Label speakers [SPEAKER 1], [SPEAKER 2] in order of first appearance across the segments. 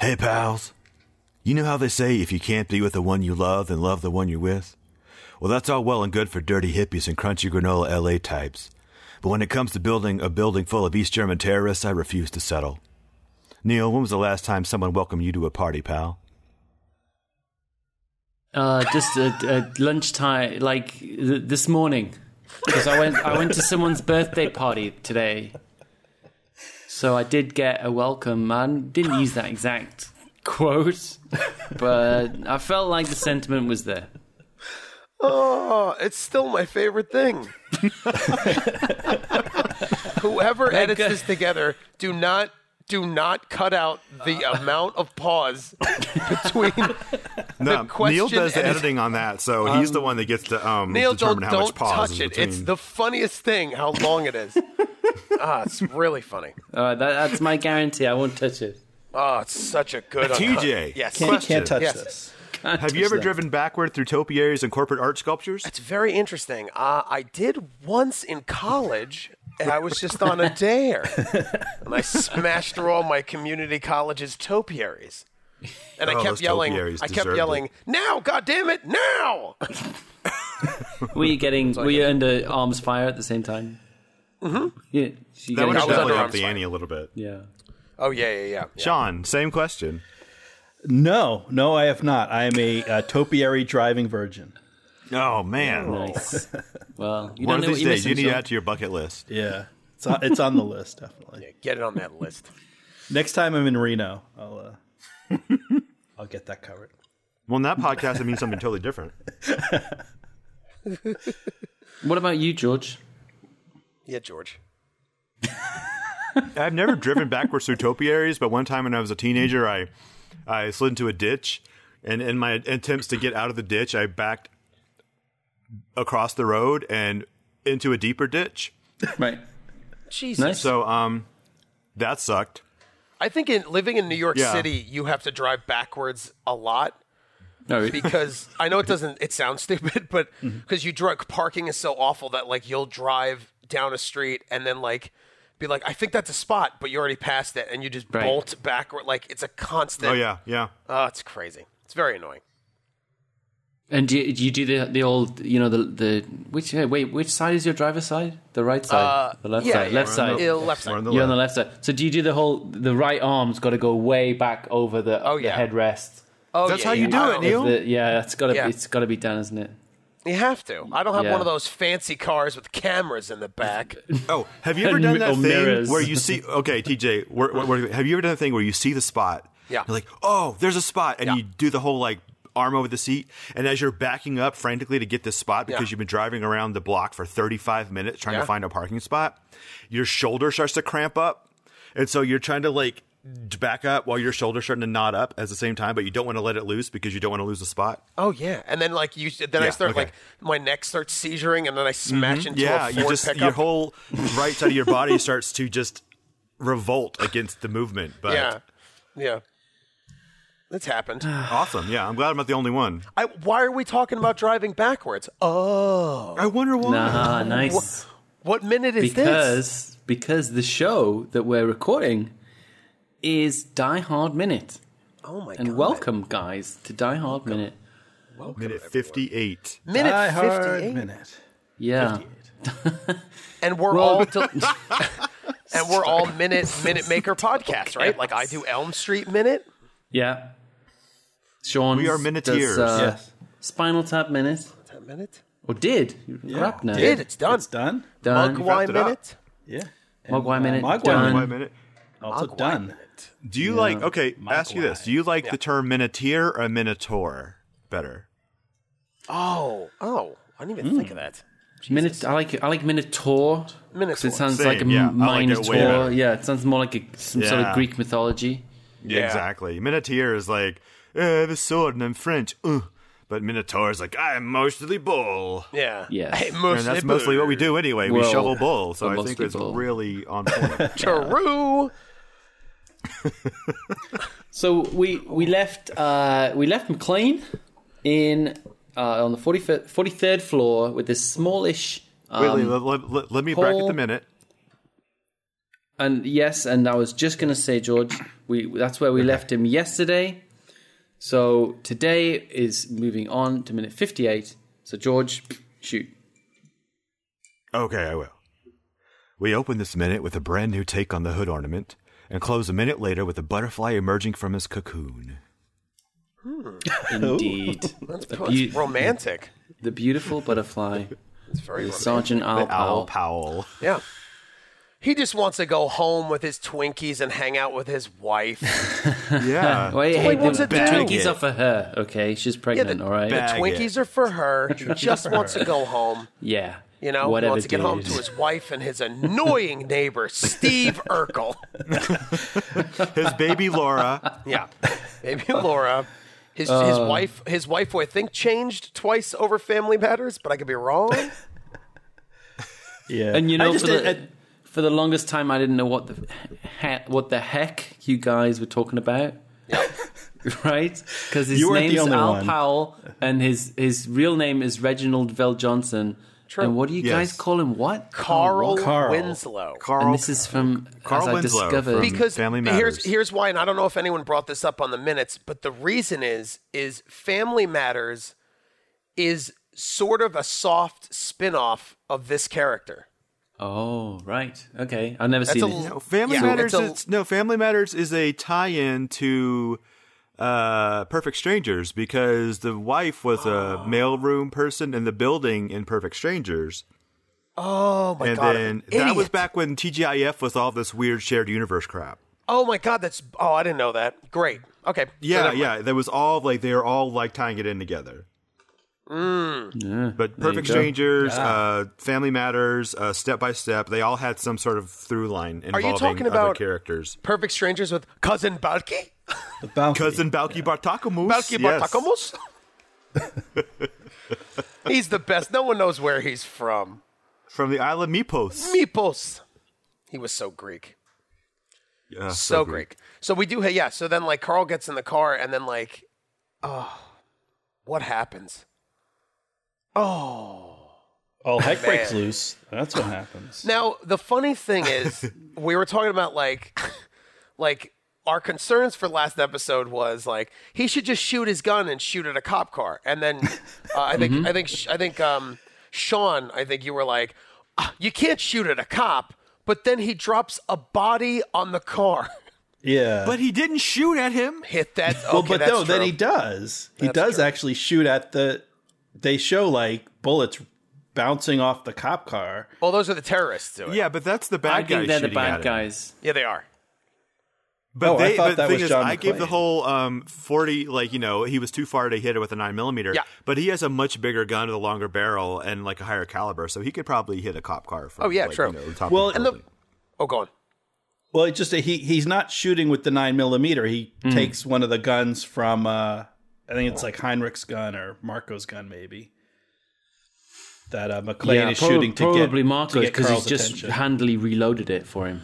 [SPEAKER 1] Hey, pals. You know how they say if you can't be with the one you love, then love the one you're with? Well, that's all well and good for dirty hippies and crunchy granola LA types. But when it comes to building a building full of East German terrorists, I refuse to settle. Neil, when was the last time someone welcomed you to a party, pal?
[SPEAKER 2] Uh, just at, at lunchtime, like th- this morning, because I went I went to someone's birthday party today. So I did get a welcome, man. Didn't use that exact quote, but I felt like the sentiment was there.
[SPEAKER 3] Oh, it's still my favorite thing. Whoever edits
[SPEAKER 2] God.
[SPEAKER 3] this together, do not do not cut out the
[SPEAKER 4] Uh,
[SPEAKER 3] amount of pause between
[SPEAKER 4] No, Neil
[SPEAKER 3] question
[SPEAKER 4] does the
[SPEAKER 3] and-
[SPEAKER 4] editing on that, so he's the one that gets to um,
[SPEAKER 3] Neil. Don't
[SPEAKER 4] determine how much
[SPEAKER 3] don't
[SPEAKER 4] pause
[SPEAKER 3] touch
[SPEAKER 4] is
[SPEAKER 3] it.
[SPEAKER 4] between.
[SPEAKER 3] It's the funniest thing. How long it is? ah, it's really funny.
[SPEAKER 2] All right, Uh, that, that's my guarantee. I won't touch it.
[SPEAKER 3] Oh, it's such a good
[SPEAKER 4] TJ.
[SPEAKER 3] Yes,
[SPEAKER 4] Can-
[SPEAKER 5] Can't, you can't touch
[SPEAKER 3] Yes.
[SPEAKER 5] this.
[SPEAKER 4] Have you ever driven backward through topiaries and corporate art sculptures?
[SPEAKER 3] It's very interesting. Uh, I did once in college, and I was just on a dare, and I smashed through all my community college's topiaries, and I
[SPEAKER 4] Oh,
[SPEAKER 3] kept
[SPEAKER 4] those
[SPEAKER 3] yelling.
[SPEAKER 4] topiaries
[SPEAKER 3] I kept
[SPEAKER 4] deserved
[SPEAKER 3] yelling,
[SPEAKER 4] it.
[SPEAKER 3] "Now, goddamn it, now!"
[SPEAKER 2] Were you getting? Were you under arms fire at the same time? Mm-hmm. Yeah, so you
[SPEAKER 4] That would
[SPEAKER 2] getting-
[SPEAKER 3] was
[SPEAKER 4] definitely
[SPEAKER 3] under
[SPEAKER 4] up the
[SPEAKER 3] arms
[SPEAKER 4] ante a little bit.
[SPEAKER 2] yeah.
[SPEAKER 3] Oh yeah, yeah, yeah. yeah.
[SPEAKER 4] Sean, same question.
[SPEAKER 5] No, no, I have not. I am a uh, topiary driving virgin.
[SPEAKER 4] Oh man,
[SPEAKER 2] Nice. Well, you
[SPEAKER 4] one of
[SPEAKER 2] don't know what
[SPEAKER 4] these days
[SPEAKER 2] you're missing.
[SPEAKER 4] you need to
[SPEAKER 2] Sean.
[SPEAKER 4] add to your bucket list.
[SPEAKER 5] Yeah, it's on, it's on the list definitely.
[SPEAKER 3] Get it on that list.
[SPEAKER 5] Next time I'm in Reno, I'll uh, I'll get that covered.
[SPEAKER 4] Well, in that podcast, it means something totally different.
[SPEAKER 2] What about you, George?
[SPEAKER 3] Yeah, George.
[SPEAKER 4] I've never driven backwards through topiaries, but one time when I was a teenager, I I slid into a ditch, and in my attempts to get out of the ditch, I backed across the road and into a deeper ditch.
[SPEAKER 2] Right.
[SPEAKER 3] Jesus.
[SPEAKER 2] Nice.
[SPEAKER 4] So, um, that sucked.
[SPEAKER 3] I think in living in New York
[SPEAKER 4] Yeah.
[SPEAKER 3] City, you have to drive backwards a lot
[SPEAKER 2] No, it-
[SPEAKER 3] because I know it doesn't. It sounds stupid, but
[SPEAKER 4] Mm-hmm.
[SPEAKER 3] because you drug parking is so awful that like you'll drive down a street and then like be like, I think that's a spot, but you already passed it, and you just
[SPEAKER 2] Right.
[SPEAKER 3] bolt backward. Like it's a constant.
[SPEAKER 4] Oh yeah, yeah.
[SPEAKER 3] Oh, it's crazy. It's very annoying.
[SPEAKER 2] And do you, do you do the the old you know the the which uh, wait which side is your driver's side? The right side, the left
[SPEAKER 3] Uh, yeah,
[SPEAKER 2] side,
[SPEAKER 3] yeah,
[SPEAKER 2] left
[SPEAKER 3] we're
[SPEAKER 2] side.
[SPEAKER 3] Yeah, left
[SPEAKER 4] We're
[SPEAKER 3] side.
[SPEAKER 2] You're on the left side. So do you do the whole the right arm's got to go way back over the
[SPEAKER 3] Oh,
[SPEAKER 2] the
[SPEAKER 3] yeah.
[SPEAKER 2] headrest?
[SPEAKER 3] Oh,
[SPEAKER 4] That's
[SPEAKER 3] yeah,
[SPEAKER 4] how you
[SPEAKER 3] yeah.
[SPEAKER 4] do
[SPEAKER 3] I
[SPEAKER 4] it,
[SPEAKER 3] don't-
[SPEAKER 4] Neil.
[SPEAKER 2] The- yeah, that's got to
[SPEAKER 3] Yeah.
[SPEAKER 2] it's got to be done, isn't it?
[SPEAKER 3] You have to. I don't have
[SPEAKER 2] Yeah.
[SPEAKER 3] one of those fancy cars with cameras in the back.
[SPEAKER 4] Oh, have you ever
[SPEAKER 2] And
[SPEAKER 4] done
[SPEAKER 2] mi-
[SPEAKER 4] that
[SPEAKER 2] oh,
[SPEAKER 4] thing
[SPEAKER 2] mirrors.
[SPEAKER 4] where you see? Okay, TJ, where, where, where- have you ever done a thing where you see the spot?
[SPEAKER 3] Yeah.
[SPEAKER 4] You're like, oh, there's a spot, and
[SPEAKER 3] Yeah.
[SPEAKER 4] you do the whole like arm over the seat, and as you're backing up frantically to get this spot because
[SPEAKER 3] Yeah.
[SPEAKER 4] you've been driving around the block for 35 minutes trying
[SPEAKER 3] Yeah.
[SPEAKER 4] to find a parking spot, your shoulder starts to cramp up, and so you're trying to like d- back up while your shoulder's starting to knot up at the same time, but you don't want to let it loose because you don't want to lose the spot.
[SPEAKER 3] Oh yeah, and then like you, then I
[SPEAKER 4] Yeah,
[SPEAKER 3] start
[SPEAKER 4] okay. Mm-hmm.
[SPEAKER 3] like my neck starts seizuring, and then I smash into
[SPEAKER 4] yeah,
[SPEAKER 3] a Ford
[SPEAKER 4] you just
[SPEAKER 3] pickup.
[SPEAKER 4] your whole right side of your body starts to just revolt against the movement, but.
[SPEAKER 3] yeah, yeah. That's happened.
[SPEAKER 4] Awesome. Yeah, I'm glad I'm not the only one.
[SPEAKER 3] I, why are we talking about driving backwards? Oh,
[SPEAKER 4] I wonder why.
[SPEAKER 2] Ah, nice.
[SPEAKER 3] what minute is this?
[SPEAKER 2] because because the show that we're recording is Die Hard Minute,
[SPEAKER 3] Oh my
[SPEAKER 2] and
[SPEAKER 3] god!
[SPEAKER 2] welcome guys to Die Hard Minute.
[SPEAKER 4] Minute 58.
[SPEAKER 3] minute
[SPEAKER 5] hard
[SPEAKER 3] fifty-eight,
[SPEAKER 5] minute.
[SPEAKER 2] Yeah,
[SPEAKER 3] and we're all del- and we're all minute minute maker podcasts, right? Like I do Elm Street minute.
[SPEAKER 2] yeah. Sean,
[SPEAKER 4] We are
[SPEAKER 2] Does,
[SPEAKER 4] Minuteers.
[SPEAKER 2] uh,
[SPEAKER 5] yes,
[SPEAKER 2] Spinal Tap Minute.
[SPEAKER 3] That minute.
[SPEAKER 2] Or did? Crap now.
[SPEAKER 3] Did it's done.
[SPEAKER 5] it's done.
[SPEAKER 2] Done.
[SPEAKER 3] Mogwai
[SPEAKER 4] wrapped it up.
[SPEAKER 3] minute.
[SPEAKER 5] Yeah,
[SPEAKER 2] Mogwai minute.
[SPEAKER 5] Mogwai
[SPEAKER 2] done.
[SPEAKER 4] Wait a minute.
[SPEAKER 5] also
[SPEAKER 3] Mogwai
[SPEAKER 5] done.
[SPEAKER 3] minute.
[SPEAKER 4] Do you like, okay, ask you this. Do you like the term Minuteer or Minotaur better?
[SPEAKER 3] Oh, oh! I didn't even
[SPEAKER 2] Hmm.
[SPEAKER 3] think of that.
[SPEAKER 2] Minute. I like. I like Minotaur. 'cause
[SPEAKER 3] Minotaur.
[SPEAKER 2] It sounds
[SPEAKER 4] Same,
[SPEAKER 2] like a m-
[SPEAKER 4] yeah. I like it way
[SPEAKER 2] Minotaur.
[SPEAKER 4] better.
[SPEAKER 2] yeah. It sounds more like a, some sort
[SPEAKER 4] Yeah.
[SPEAKER 2] of Greek mythology.
[SPEAKER 4] Yeah. Exactly. Minoteer is like, eh, I have a sword and I'm French. Uh. But Minotaur is like, I'm mostly bull.
[SPEAKER 3] Yeah.
[SPEAKER 2] Yes.
[SPEAKER 3] Hey,
[SPEAKER 2] And
[SPEAKER 3] mostly
[SPEAKER 4] And that's mostly what we do anyway. We
[SPEAKER 2] Well,
[SPEAKER 4] shovel bull. So
[SPEAKER 2] we're
[SPEAKER 4] I think
[SPEAKER 2] mostly
[SPEAKER 4] it's
[SPEAKER 2] bull.
[SPEAKER 4] really on point.
[SPEAKER 3] True.
[SPEAKER 2] So we we left uh, we left McLean in uh, on the 45th, 43rd floor with this smallish.
[SPEAKER 4] Wait, let, let- let- let me bracket
[SPEAKER 2] whole-
[SPEAKER 4] the minute.
[SPEAKER 2] and yes, and I was just going to say, George, we that's where we left him yesterday. So today is moving on to minute fifty-eight. So George, shoot.
[SPEAKER 4] Okay, I will. We open this minute with a brand new take on the hood ornament and close a minute later with a butterfly emerging from his cocoon.
[SPEAKER 2] Indeed,
[SPEAKER 3] That's,
[SPEAKER 2] the,
[SPEAKER 3] that's
[SPEAKER 2] beau-
[SPEAKER 3] romantic.
[SPEAKER 2] the beautiful butterfly,
[SPEAKER 3] It's very romantic.
[SPEAKER 2] Sergeant Al
[SPEAKER 4] Owl
[SPEAKER 2] Powell.
[SPEAKER 4] Powell.
[SPEAKER 3] Yeah. He just wants to go home with his Twinkies and hang out with his wife.
[SPEAKER 4] Yeah.
[SPEAKER 2] Wait,
[SPEAKER 3] all he
[SPEAKER 2] hey, the,
[SPEAKER 3] wants
[SPEAKER 2] the
[SPEAKER 3] to do.
[SPEAKER 2] Twinkies are for her. Okay, she's pregnant.
[SPEAKER 3] the-
[SPEAKER 2] all right.
[SPEAKER 3] The
[SPEAKER 4] Bag
[SPEAKER 3] Twinkies are for her. He just wants to go home.
[SPEAKER 2] yeah.
[SPEAKER 3] You know,
[SPEAKER 2] Whatever,
[SPEAKER 3] he wants to get home
[SPEAKER 2] dude.
[SPEAKER 3] to his wife and his annoying neighbor, Steve Urkel.
[SPEAKER 4] His baby Laura.
[SPEAKER 3] Yeah. Maybe Laura. His,
[SPEAKER 4] Uh.
[SPEAKER 3] his wife, his wife, who I think changed twice over family matters, but I could be wrong.
[SPEAKER 4] Oh,
[SPEAKER 5] Yeah,
[SPEAKER 2] And you know,
[SPEAKER 5] I just
[SPEAKER 2] for, the,
[SPEAKER 5] did-
[SPEAKER 2] for the longest time, I didn't know what the he, what the heck you guys were talking about. right? Because his
[SPEAKER 5] You weren't the
[SPEAKER 2] name's
[SPEAKER 5] only
[SPEAKER 2] Al
[SPEAKER 5] one.
[SPEAKER 2] Powell, and his his real name is Reginald Vell Johnson. And what do you guys
[SPEAKER 4] Yes.
[SPEAKER 2] call him? What
[SPEAKER 3] Carl,
[SPEAKER 2] What?
[SPEAKER 5] Carl.
[SPEAKER 3] Winslow.
[SPEAKER 4] Carl.
[SPEAKER 2] And this is from
[SPEAKER 4] Carl
[SPEAKER 2] as I
[SPEAKER 4] Winslow
[SPEAKER 2] discovered.
[SPEAKER 4] from-
[SPEAKER 3] because
[SPEAKER 4] Family Matters.
[SPEAKER 3] here's here's why, and I don't know if anyone brought this up on the minutes, but the reason is is Family Matters is sort of a soft spin-off of this character.
[SPEAKER 2] oh, right. Okay, I've never
[SPEAKER 3] That's
[SPEAKER 2] seen
[SPEAKER 3] a-
[SPEAKER 2] it.
[SPEAKER 4] No, Family
[SPEAKER 3] Yeah,
[SPEAKER 4] Matters.
[SPEAKER 3] it's a-
[SPEAKER 4] is, no, Family Matters is a tie-in to uh, Perfect Strangers because the wife was a mailroom person in the building in Perfect Strangers,
[SPEAKER 3] Oh my
[SPEAKER 4] and
[SPEAKER 3] god!
[SPEAKER 4] then
[SPEAKER 3] I'm an
[SPEAKER 4] that was
[SPEAKER 3] idiot.
[SPEAKER 4] back when TGIF was all this weird shared universe crap.
[SPEAKER 3] Oh my god, that's oh I didn't know that. Great. Okay. So
[SPEAKER 4] Yeah,
[SPEAKER 3] never mind.
[SPEAKER 4] yeah. There was all like they were all like tying it in together.
[SPEAKER 3] Mm.
[SPEAKER 4] but Perfect
[SPEAKER 2] go.
[SPEAKER 4] Strangers, uh, Family Matters, uh, Step by Step, they all had some sort of through line involving
[SPEAKER 3] talking
[SPEAKER 4] other
[SPEAKER 3] about-
[SPEAKER 4] characters.
[SPEAKER 3] Perfect strangers with cousin Balki.
[SPEAKER 5] the bounty.
[SPEAKER 4] Cousin Balky Bartakamus.
[SPEAKER 3] Balki
[SPEAKER 4] yes.
[SPEAKER 3] Bartakamus. he's the best. No one knows where he's from.
[SPEAKER 4] From the Isle of Mipos.
[SPEAKER 3] Mipos. He was so Greek.
[SPEAKER 4] Yeah,
[SPEAKER 3] so, Greek. So we do, yeah. So then, like, Carl gets in the car, and then, like, oh, what happens?
[SPEAKER 5] All heck breaks loose. That's what happens.
[SPEAKER 3] Now, the funny thing is, we were talking about like, like our concerns for last episode was like he should just shoot his gun and shoot at a cop car, and then uh, I
[SPEAKER 5] Mm-hmm.
[SPEAKER 3] think I think I think um, Sean, I think you were like, "Ah, you can't shoot at a cop, but then he drops a body on the car.
[SPEAKER 5] yeah,
[SPEAKER 4] But he didn't shoot at him.
[SPEAKER 3] Hit that. Okay,
[SPEAKER 5] well, but
[SPEAKER 3] that's
[SPEAKER 5] no, then
[SPEAKER 3] true.
[SPEAKER 5] he does. He does actually shoot at the. They show like bullets bouncing off the cop car.
[SPEAKER 3] Well, those are the terrorists doing. it.
[SPEAKER 4] Yeah, but that's the bad
[SPEAKER 2] I
[SPEAKER 4] guy.
[SPEAKER 2] think they're the
[SPEAKER 4] shooting at
[SPEAKER 2] bad
[SPEAKER 4] him.
[SPEAKER 2] guys.
[SPEAKER 3] yeah, they are.
[SPEAKER 4] But
[SPEAKER 5] Oh, I
[SPEAKER 4] they,
[SPEAKER 5] thought
[SPEAKER 4] but
[SPEAKER 5] that
[SPEAKER 4] the thing
[SPEAKER 5] was
[SPEAKER 4] is,
[SPEAKER 5] John
[SPEAKER 4] I gave the
[SPEAKER 5] McClane.
[SPEAKER 4] whole um, forty, like you know, he was too far to hit it with a nine millimeter.
[SPEAKER 3] Yeah.
[SPEAKER 4] But he has a much bigger gun with a longer barrel and like a higher caliber, so he could probably hit a cop car. From,
[SPEAKER 3] Oh, yeah,
[SPEAKER 4] like,
[SPEAKER 3] true.
[SPEAKER 4] You know, the top
[SPEAKER 5] Well,
[SPEAKER 4] of
[SPEAKER 5] and
[SPEAKER 3] the-
[SPEAKER 4] building.
[SPEAKER 3] Oh, go on.
[SPEAKER 5] Well, it just he he's not shooting with the nine millimeter. He
[SPEAKER 2] Hmm.
[SPEAKER 5] takes one of the guns from uh, I think it's like Heinrich's gun or Marco's gun, maybe. That uh, McLean
[SPEAKER 2] Yeah,
[SPEAKER 5] is
[SPEAKER 2] prob-
[SPEAKER 5] shooting to get
[SPEAKER 2] probably
[SPEAKER 5] to
[SPEAKER 2] Marcos
[SPEAKER 5] get
[SPEAKER 2] because he's
[SPEAKER 5] Carl's
[SPEAKER 2] just
[SPEAKER 5] attention.
[SPEAKER 2] handily reloaded it for him.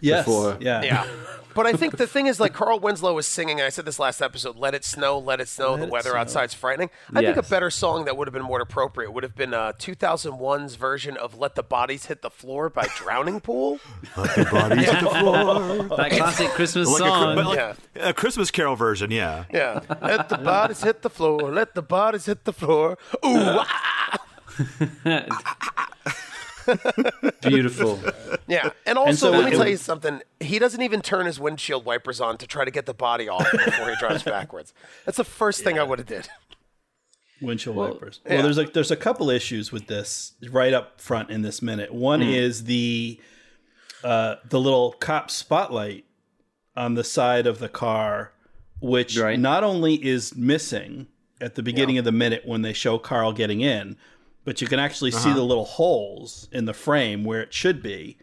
[SPEAKER 5] yes,
[SPEAKER 2] before.
[SPEAKER 5] yeah.
[SPEAKER 3] Yeah. But I think the thing is, like, Carl Winslow was singing, and I said this last episode, Let It Snow, Let It Snow, The Weather Outside's Frightening. I think
[SPEAKER 2] Yes.
[SPEAKER 3] a better song that would have been more appropriate would have been uh, 2001's version of Let the Bodies Hit the Floor by Drowning Pool.
[SPEAKER 4] Let the bodies hit the floor.
[SPEAKER 2] That classic Christmas
[SPEAKER 4] Like a, Chri-
[SPEAKER 2] song.
[SPEAKER 4] but like a Christmas Carol version, yeah.
[SPEAKER 3] Yeah. let the bodies hit the floor, let the bodies hit the floor. Ooh, ah!
[SPEAKER 2] Beautiful.
[SPEAKER 3] Yeah. And also,
[SPEAKER 5] so
[SPEAKER 3] let me
[SPEAKER 5] it-
[SPEAKER 3] tell you something. He doesn't even turn his windshield wipers on to try to get the body off before he drives backwards. That's the first thing I would have did.
[SPEAKER 5] windshield wipers. Well, there's like there's a couple issues with this right up front in this minute. One is the uh, the little cop spotlight on the side of the car, which
[SPEAKER 2] Right.
[SPEAKER 5] not only is missing at the beginning of the minute when they show Carl getting in, but you can actually see the little holes in the frame where it should be.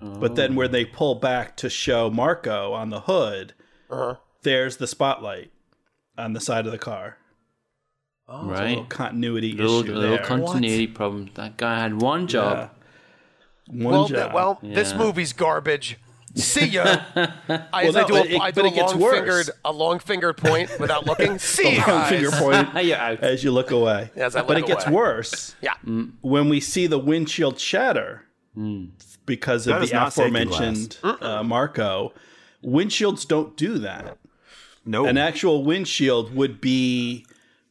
[SPEAKER 5] But then where they pull back to show Marco on the hood,
[SPEAKER 3] Uh-huh.
[SPEAKER 5] there's the spotlight on the side of the car
[SPEAKER 2] right.
[SPEAKER 5] little continuity
[SPEAKER 2] Little,
[SPEAKER 5] issue
[SPEAKER 2] little
[SPEAKER 5] there.
[SPEAKER 2] continuity problem. That guy had one job.
[SPEAKER 5] Yeah. One
[SPEAKER 3] Well, th-
[SPEAKER 5] job.
[SPEAKER 3] well, this
[SPEAKER 2] Yeah.
[SPEAKER 3] movie's garbage. See ya. I, as I
[SPEAKER 5] no,
[SPEAKER 3] do a,
[SPEAKER 5] it- it-
[SPEAKER 3] I do
[SPEAKER 5] but
[SPEAKER 3] a
[SPEAKER 5] it gets
[SPEAKER 3] long fingered,
[SPEAKER 5] worse.
[SPEAKER 3] a long fingered point without looking. See ya.
[SPEAKER 5] Long
[SPEAKER 3] guys.
[SPEAKER 5] finger point
[SPEAKER 2] Ah, you're out.
[SPEAKER 5] as you look away.
[SPEAKER 3] As I
[SPEAKER 5] but
[SPEAKER 3] look
[SPEAKER 5] it gets
[SPEAKER 3] away.
[SPEAKER 5] worse
[SPEAKER 3] Yeah.
[SPEAKER 2] Hmm.
[SPEAKER 5] when we see the windshield shatter because
[SPEAKER 4] That
[SPEAKER 5] of
[SPEAKER 4] is
[SPEAKER 5] the
[SPEAKER 4] not safety
[SPEAKER 5] aforementioned uh, Marco. Windshields don't do that.
[SPEAKER 4] No,
[SPEAKER 5] An actual windshield would be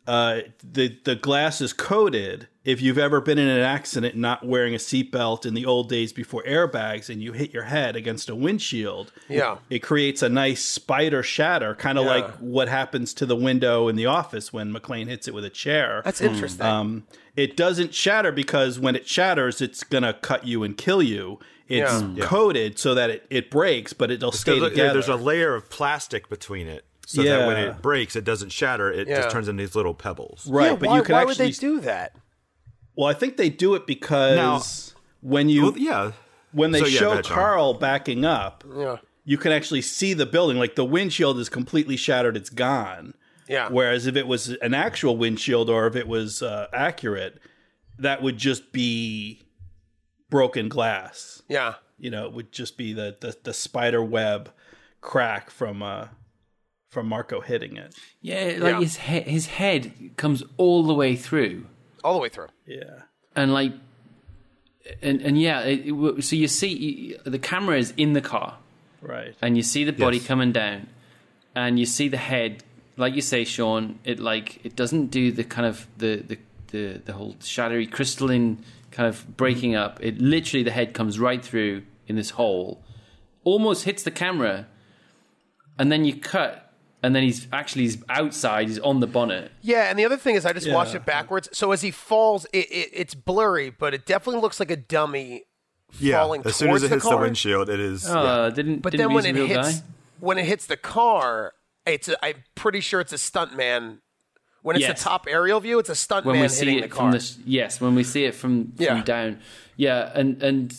[SPEAKER 5] uh, the the glass is coated. If you've ever been in an accident not wearing a seatbelt in the old days before airbags and you hit your head against a windshield,
[SPEAKER 3] Yeah.
[SPEAKER 5] it creates a nice spider shatter, kind of
[SPEAKER 3] Yeah.
[SPEAKER 5] like what happens to the window in the office when McLean hits it with a chair.
[SPEAKER 3] That's interesting.
[SPEAKER 5] Um, it doesn't shatter because when it shatters, it's gonna cut you and kill you. It's
[SPEAKER 3] Yeah. uh, Mm.
[SPEAKER 5] coated so that it, it breaks, but it'll stay
[SPEAKER 4] there's, a,
[SPEAKER 5] together.
[SPEAKER 4] there's a layer of plastic between it, so that when
[SPEAKER 5] Yeah.
[SPEAKER 4] it breaks, it doesn't shatter. It
[SPEAKER 3] Yeah.
[SPEAKER 4] just turns into these little pebbles.
[SPEAKER 5] right,
[SPEAKER 3] yeah,
[SPEAKER 5] but
[SPEAKER 3] why,
[SPEAKER 5] you can
[SPEAKER 3] why
[SPEAKER 5] actually.
[SPEAKER 3] would they do that?
[SPEAKER 5] well, I think they do it because when you
[SPEAKER 4] Well, yeah.
[SPEAKER 5] when they
[SPEAKER 4] So, yeah,
[SPEAKER 5] show
[SPEAKER 4] that's wrong.
[SPEAKER 5] Carl backing up,
[SPEAKER 3] Yeah.
[SPEAKER 5] you can actually see the building. Like the windshield is completely shattered; it's gone.
[SPEAKER 3] Yeah.
[SPEAKER 5] Whereas if it was an actual windshield or if it was uh, accurate, that would just be broken glass.
[SPEAKER 3] yeah.
[SPEAKER 5] you know, it would just be the the, the spider web crack from uh from Marco hitting it.
[SPEAKER 2] Yeah, like
[SPEAKER 3] Yeah.
[SPEAKER 2] his he- his head comes all the way through,
[SPEAKER 3] All the way through.
[SPEAKER 5] Yeah.
[SPEAKER 2] and like, and and yeah, it, it, w- so you see you, the camera is in the car,
[SPEAKER 5] Right.
[SPEAKER 2] and you see the body
[SPEAKER 4] Yes.
[SPEAKER 2] coming down, and you see the head, like you say, Sean. It like it doesn't do the kind of the the the, the whole shattery crystalline kind of breaking up. It literally the head comes right through in this hole, almost hits the camera, and then you cut, and then he's actually he's outside, he's on the bonnet.
[SPEAKER 3] Yeah, and the other thing is, I just watched
[SPEAKER 5] Yeah.
[SPEAKER 3] it backwards. So as he falls, it, it, it's blurry, but it definitely looks like a dummy
[SPEAKER 4] Yeah.
[SPEAKER 3] falling
[SPEAKER 4] as soon as
[SPEAKER 3] towards
[SPEAKER 4] it
[SPEAKER 3] the
[SPEAKER 4] hits the
[SPEAKER 3] car?
[SPEAKER 4] windshield, it is.
[SPEAKER 5] Oh,
[SPEAKER 4] yeah.
[SPEAKER 2] Uh, didn't
[SPEAKER 3] But
[SPEAKER 2] didn't
[SPEAKER 3] then
[SPEAKER 2] use
[SPEAKER 3] when
[SPEAKER 2] a
[SPEAKER 3] it
[SPEAKER 2] real
[SPEAKER 3] hits
[SPEAKER 2] guy.
[SPEAKER 3] when it hits the car, it's a, I'm pretty sure it's a stunt man. When it's
[SPEAKER 2] Yes.
[SPEAKER 3] the top aerial view, it's a stunt
[SPEAKER 2] when
[SPEAKER 3] man
[SPEAKER 2] we see
[SPEAKER 3] hitting
[SPEAKER 2] it
[SPEAKER 3] the
[SPEAKER 2] from
[SPEAKER 3] car.
[SPEAKER 2] the yes when we see it from, from
[SPEAKER 3] Yeah.
[SPEAKER 2] down yeah and and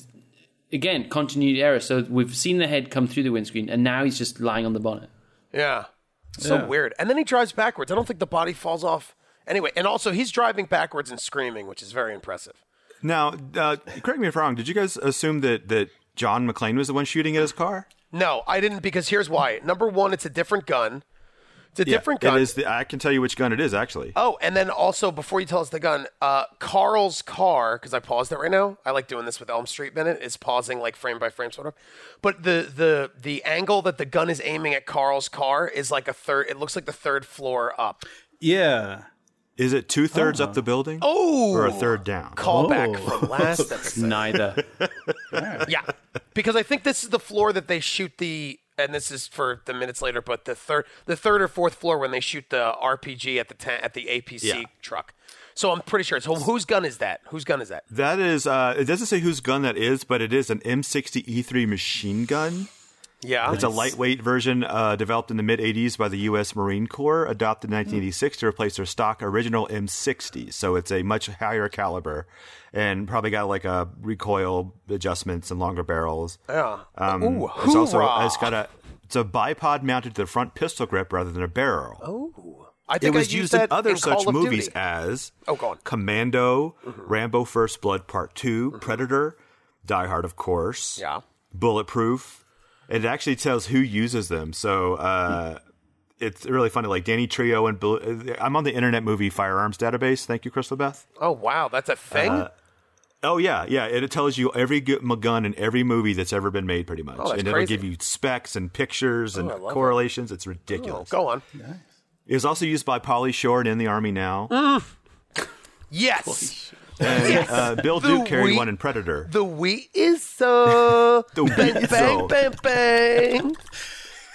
[SPEAKER 2] again continuity error so we've seen the head come through the windscreen and now he's just lying on the bonnet
[SPEAKER 3] yeah, so
[SPEAKER 5] Yeah.
[SPEAKER 3] weird. And then he drives backwards. I don't think the body falls off anyway. And also, he's driving backwards and screaming, which is very impressive.
[SPEAKER 4] Now, uh, correct me if I'm wrong. Did you guys assume that that John McClane was the one shooting at his car?
[SPEAKER 3] No, I didn't because here's why. Number one, it's a different gun. It's a different
[SPEAKER 4] Yeah,
[SPEAKER 3] gun.
[SPEAKER 4] It is. The, I can tell you which gun it is actually.
[SPEAKER 3] Oh, and then also before you tell us the gun, uh, Carl's car because I paused it right now. I like doing this with Elm Street Minute is pausing like frame by frame sort of. But the the the angle that the gun is aiming at Carl's car is like a third. It looks like the third floor up.
[SPEAKER 5] Yeah.
[SPEAKER 4] Is it two thirds up the building?
[SPEAKER 3] Oh,
[SPEAKER 4] or a third down?
[SPEAKER 3] callback
[SPEAKER 5] Oh.
[SPEAKER 3] from last episode.
[SPEAKER 2] neither
[SPEAKER 3] yeah, because I think this is the floor that they shoot the. And this is for the minutes later, but the third, the third or fourth floor when they shoot the RPG at the ta- at the APC
[SPEAKER 4] Yeah.
[SPEAKER 3] truck. So I'm pretty sure. So whose gun is that? Whose gun is that?
[SPEAKER 4] That is. Uh, it doesn't say whose gun that is, but it is an M60 E3 machine gun.
[SPEAKER 3] Yeah,
[SPEAKER 4] It's a lightweight version uh, developed in the mid 80s by the U.S. Marine Corps, adopted
[SPEAKER 3] Hmm.
[SPEAKER 4] in 1986 to replace their stock original M60. So it's a much higher caliber and probably got like a recoil adjustments and longer barrels.
[SPEAKER 3] Yeah.
[SPEAKER 4] Um,
[SPEAKER 3] Ooh,
[SPEAKER 4] it's also uh,
[SPEAKER 3] hoorah.
[SPEAKER 4] it's got a it's a bipod mounted to the front pistol grip rather than a barrel.
[SPEAKER 3] Oh. Ooh. I
[SPEAKER 4] it
[SPEAKER 3] think
[SPEAKER 4] was
[SPEAKER 3] I used
[SPEAKER 4] used
[SPEAKER 3] that
[SPEAKER 4] in other
[SPEAKER 3] in Call
[SPEAKER 4] such
[SPEAKER 3] of
[SPEAKER 4] movies
[SPEAKER 3] Duty.
[SPEAKER 4] as
[SPEAKER 3] Oh, go on. Mm-hmm.
[SPEAKER 4] Commando, Rambo: First Blood Part 2 Predator, Die Hard, of course
[SPEAKER 3] Yeah.
[SPEAKER 4] bulletproof. It actually tells who uses them. So uh, it's really funny. Like Danny Trio and Bill- I'm on the Internet Movie Firearms Database. Thank you, Crystal Beth.
[SPEAKER 3] Oh wow, that's a thing.
[SPEAKER 4] Oh yeah, yeah. It tells you every gu- m- gun in every movie that's ever been made, pretty much,
[SPEAKER 3] Oh, that's
[SPEAKER 4] and it'll
[SPEAKER 3] crazy. Oh,
[SPEAKER 4] give you specs and pictures and
[SPEAKER 3] I love Oh,
[SPEAKER 4] correlations. It's ridiculous.
[SPEAKER 3] go on.
[SPEAKER 4] It was also used by Polly Shore and in the Army now.
[SPEAKER 3] Yes.
[SPEAKER 4] And uh, Bill
[SPEAKER 3] The
[SPEAKER 4] Duke carried
[SPEAKER 3] wheat-
[SPEAKER 4] one in Predator.
[SPEAKER 3] The wheat is so
[SPEAKER 4] The wheat
[SPEAKER 3] bang
[SPEAKER 4] is
[SPEAKER 3] bang
[SPEAKER 4] so.
[SPEAKER 3] bang bang.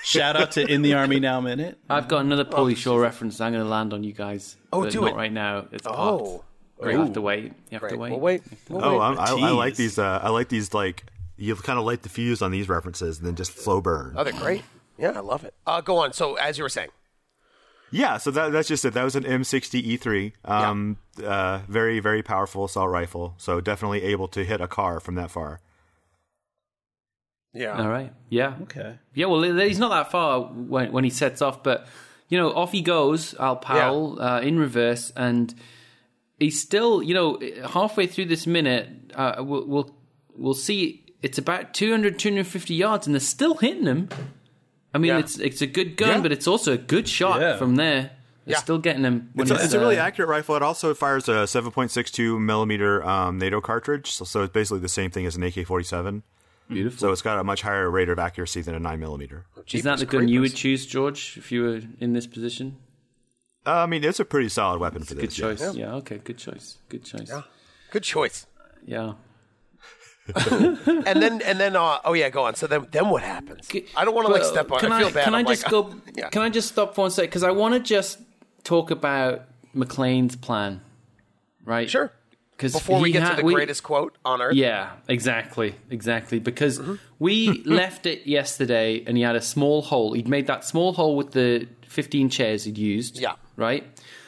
[SPEAKER 5] Shout out to In the Army Now Minute.
[SPEAKER 2] i've got another polly shore reference i'm going to land on you guys
[SPEAKER 3] Oh,
[SPEAKER 2] but
[SPEAKER 3] do
[SPEAKER 2] not
[SPEAKER 3] it.
[SPEAKER 2] right now it's
[SPEAKER 3] Oh.
[SPEAKER 2] oh you have to wait you have to
[SPEAKER 3] Right.
[SPEAKER 2] wait
[SPEAKER 3] We'll wait. We'll
[SPEAKER 4] Oh,
[SPEAKER 3] wait.
[SPEAKER 4] I'm, I, I like
[SPEAKER 5] tease.
[SPEAKER 4] these. Uh, I like these. Like you kind of light the fuse on these references, and then just slow burn.
[SPEAKER 3] Oh, they're great. Yeah, I love it. Uh, go on. So as you were saying,
[SPEAKER 4] Yeah, so that, that's just it. That was an M60 E3. Um, uh, very, very powerful assault rifle. So definitely able to hit a car from that far.
[SPEAKER 3] yeah,
[SPEAKER 2] all right yeah
[SPEAKER 5] Okay.
[SPEAKER 2] yeah well he's not that far when, when he sets off but you know off he goes al powell uh, in reverse and he's still, you know, halfway through this minute, uh, we'll, we'll we'll see. It's about 200, 250 yards, and they're still hitting him. I mean,
[SPEAKER 3] Yeah.
[SPEAKER 2] it's it's a good gun,
[SPEAKER 4] Yeah.
[SPEAKER 2] but it's also a good shot
[SPEAKER 5] Yeah.
[SPEAKER 2] from there. They're still getting them. When
[SPEAKER 4] It's,
[SPEAKER 2] it's,
[SPEAKER 4] a, it's a really
[SPEAKER 2] uh,
[SPEAKER 4] accurate rifle. It also fires a 7.62 millimeter um, NATO cartridge, so, so it's basically the same thing as an AK-47.
[SPEAKER 2] beautiful.
[SPEAKER 4] So it's got a much higher rate of accuracy than a nine millimeter.
[SPEAKER 2] Is that the gun you would choose, George, if you were in this position?
[SPEAKER 4] Uh, I mean, it's a pretty solid weapon for
[SPEAKER 2] Good
[SPEAKER 4] this. yeah.
[SPEAKER 2] choice. Yeah. okay, good choice. Good choice. Yeah.
[SPEAKER 3] Good choice. And then and then uh, oh yeah, go on. So then then what happens? I don't want to like
[SPEAKER 2] Well,
[SPEAKER 3] step on.
[SPEAKER 2] Can
[SPEAKER 3] I feel bad.
[SPEAKER 2] Can
[SPEAKER 3] I'm
[SPEAKER 2] I
[SPEAKER 3] like,
[SPEAKER 2] just go?
[SPEAKER 3] yeah.
[SPEAKER 2] Can I just stop for one sec? Because I want to just talk about McLean's plan, right?
[SPEAKER 3] Sure.
[SPEAKER 2] Because
[SPEAKER 3] Before we get to the greatest quote on earth.
[SPEAKER 2] Yeah, exactly, exactly. Because
[SPEAKER 3] Mm-hmm.
[SPEAKER 2] we left it yesterday, and he had a small hole. He'd made that small hole with the fifteen chairs he'd used.
[SPEAKER 3] Yeah.
[SPEAKER 2] Right.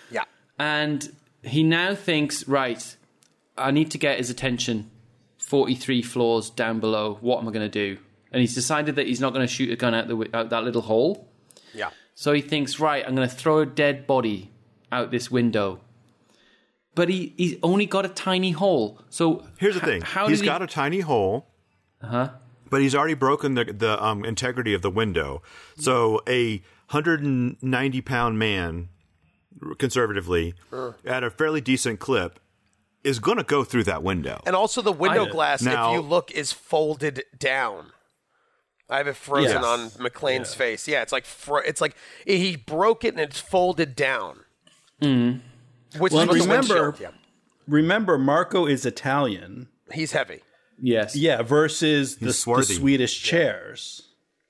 [SPEAKER 3] Yeah.
[SPEAKER 2] And he now thinks, right, I need to get his attention 43 floors down below. What am I going to do? And he's decided that he's not going to shoot a gun out, the, wi- out that little hole.
[SPEAKER 3] Yeah.
[SPEAKER 2] So he thinks, right, I'm going to throw a dead body out this window. But he, he's only got a tiny hole. So
[SPEAKER 4] Here's the
[SPEAKER 2] h-
[SPEAKER 4] thing:
[SPEAKER 2] How
[SPEAKER 4] he's
[SPEAKER 2] did he- Uh-huh.
[SPEAKER 4] got a tiny hole, but he's already broken the the um, integrity of the window. So a hundred and ninety pound man, conservatively, at a fairly decent clip, is going to go through that window.
[SPEAKER 3] And also the window
[SPEAKER 2] I-
[SPEAKER 3] glass,
[SPEAKER 4] Now-
[SPEAKER 3] if you look, is folded down. I have it frozen
[SPEAKER 4] Yes.
[SPEAKER 3] on McLean's face. Yeah, it's like fro- it's like he broke it and it's folded down.
[SPEAKER 2] Mm-hmm.
[SPEAKER 3] Which
[SPEAKER 5] Well,
[SPEAKER 3] is what the
[SPEAKER 5] remember-
[SPEAKER 3] windshield- yeah.
[SPEAKER 5] Remember, Marco is Italian.
[SPEAKER 3] he's heavy.
[SPEAKER 2] Yes.
[SPEAKER 5] Yeah, versus the, the
[SPEAKER 4] swarthy.
[SPEAKER 5] Swedish chairs.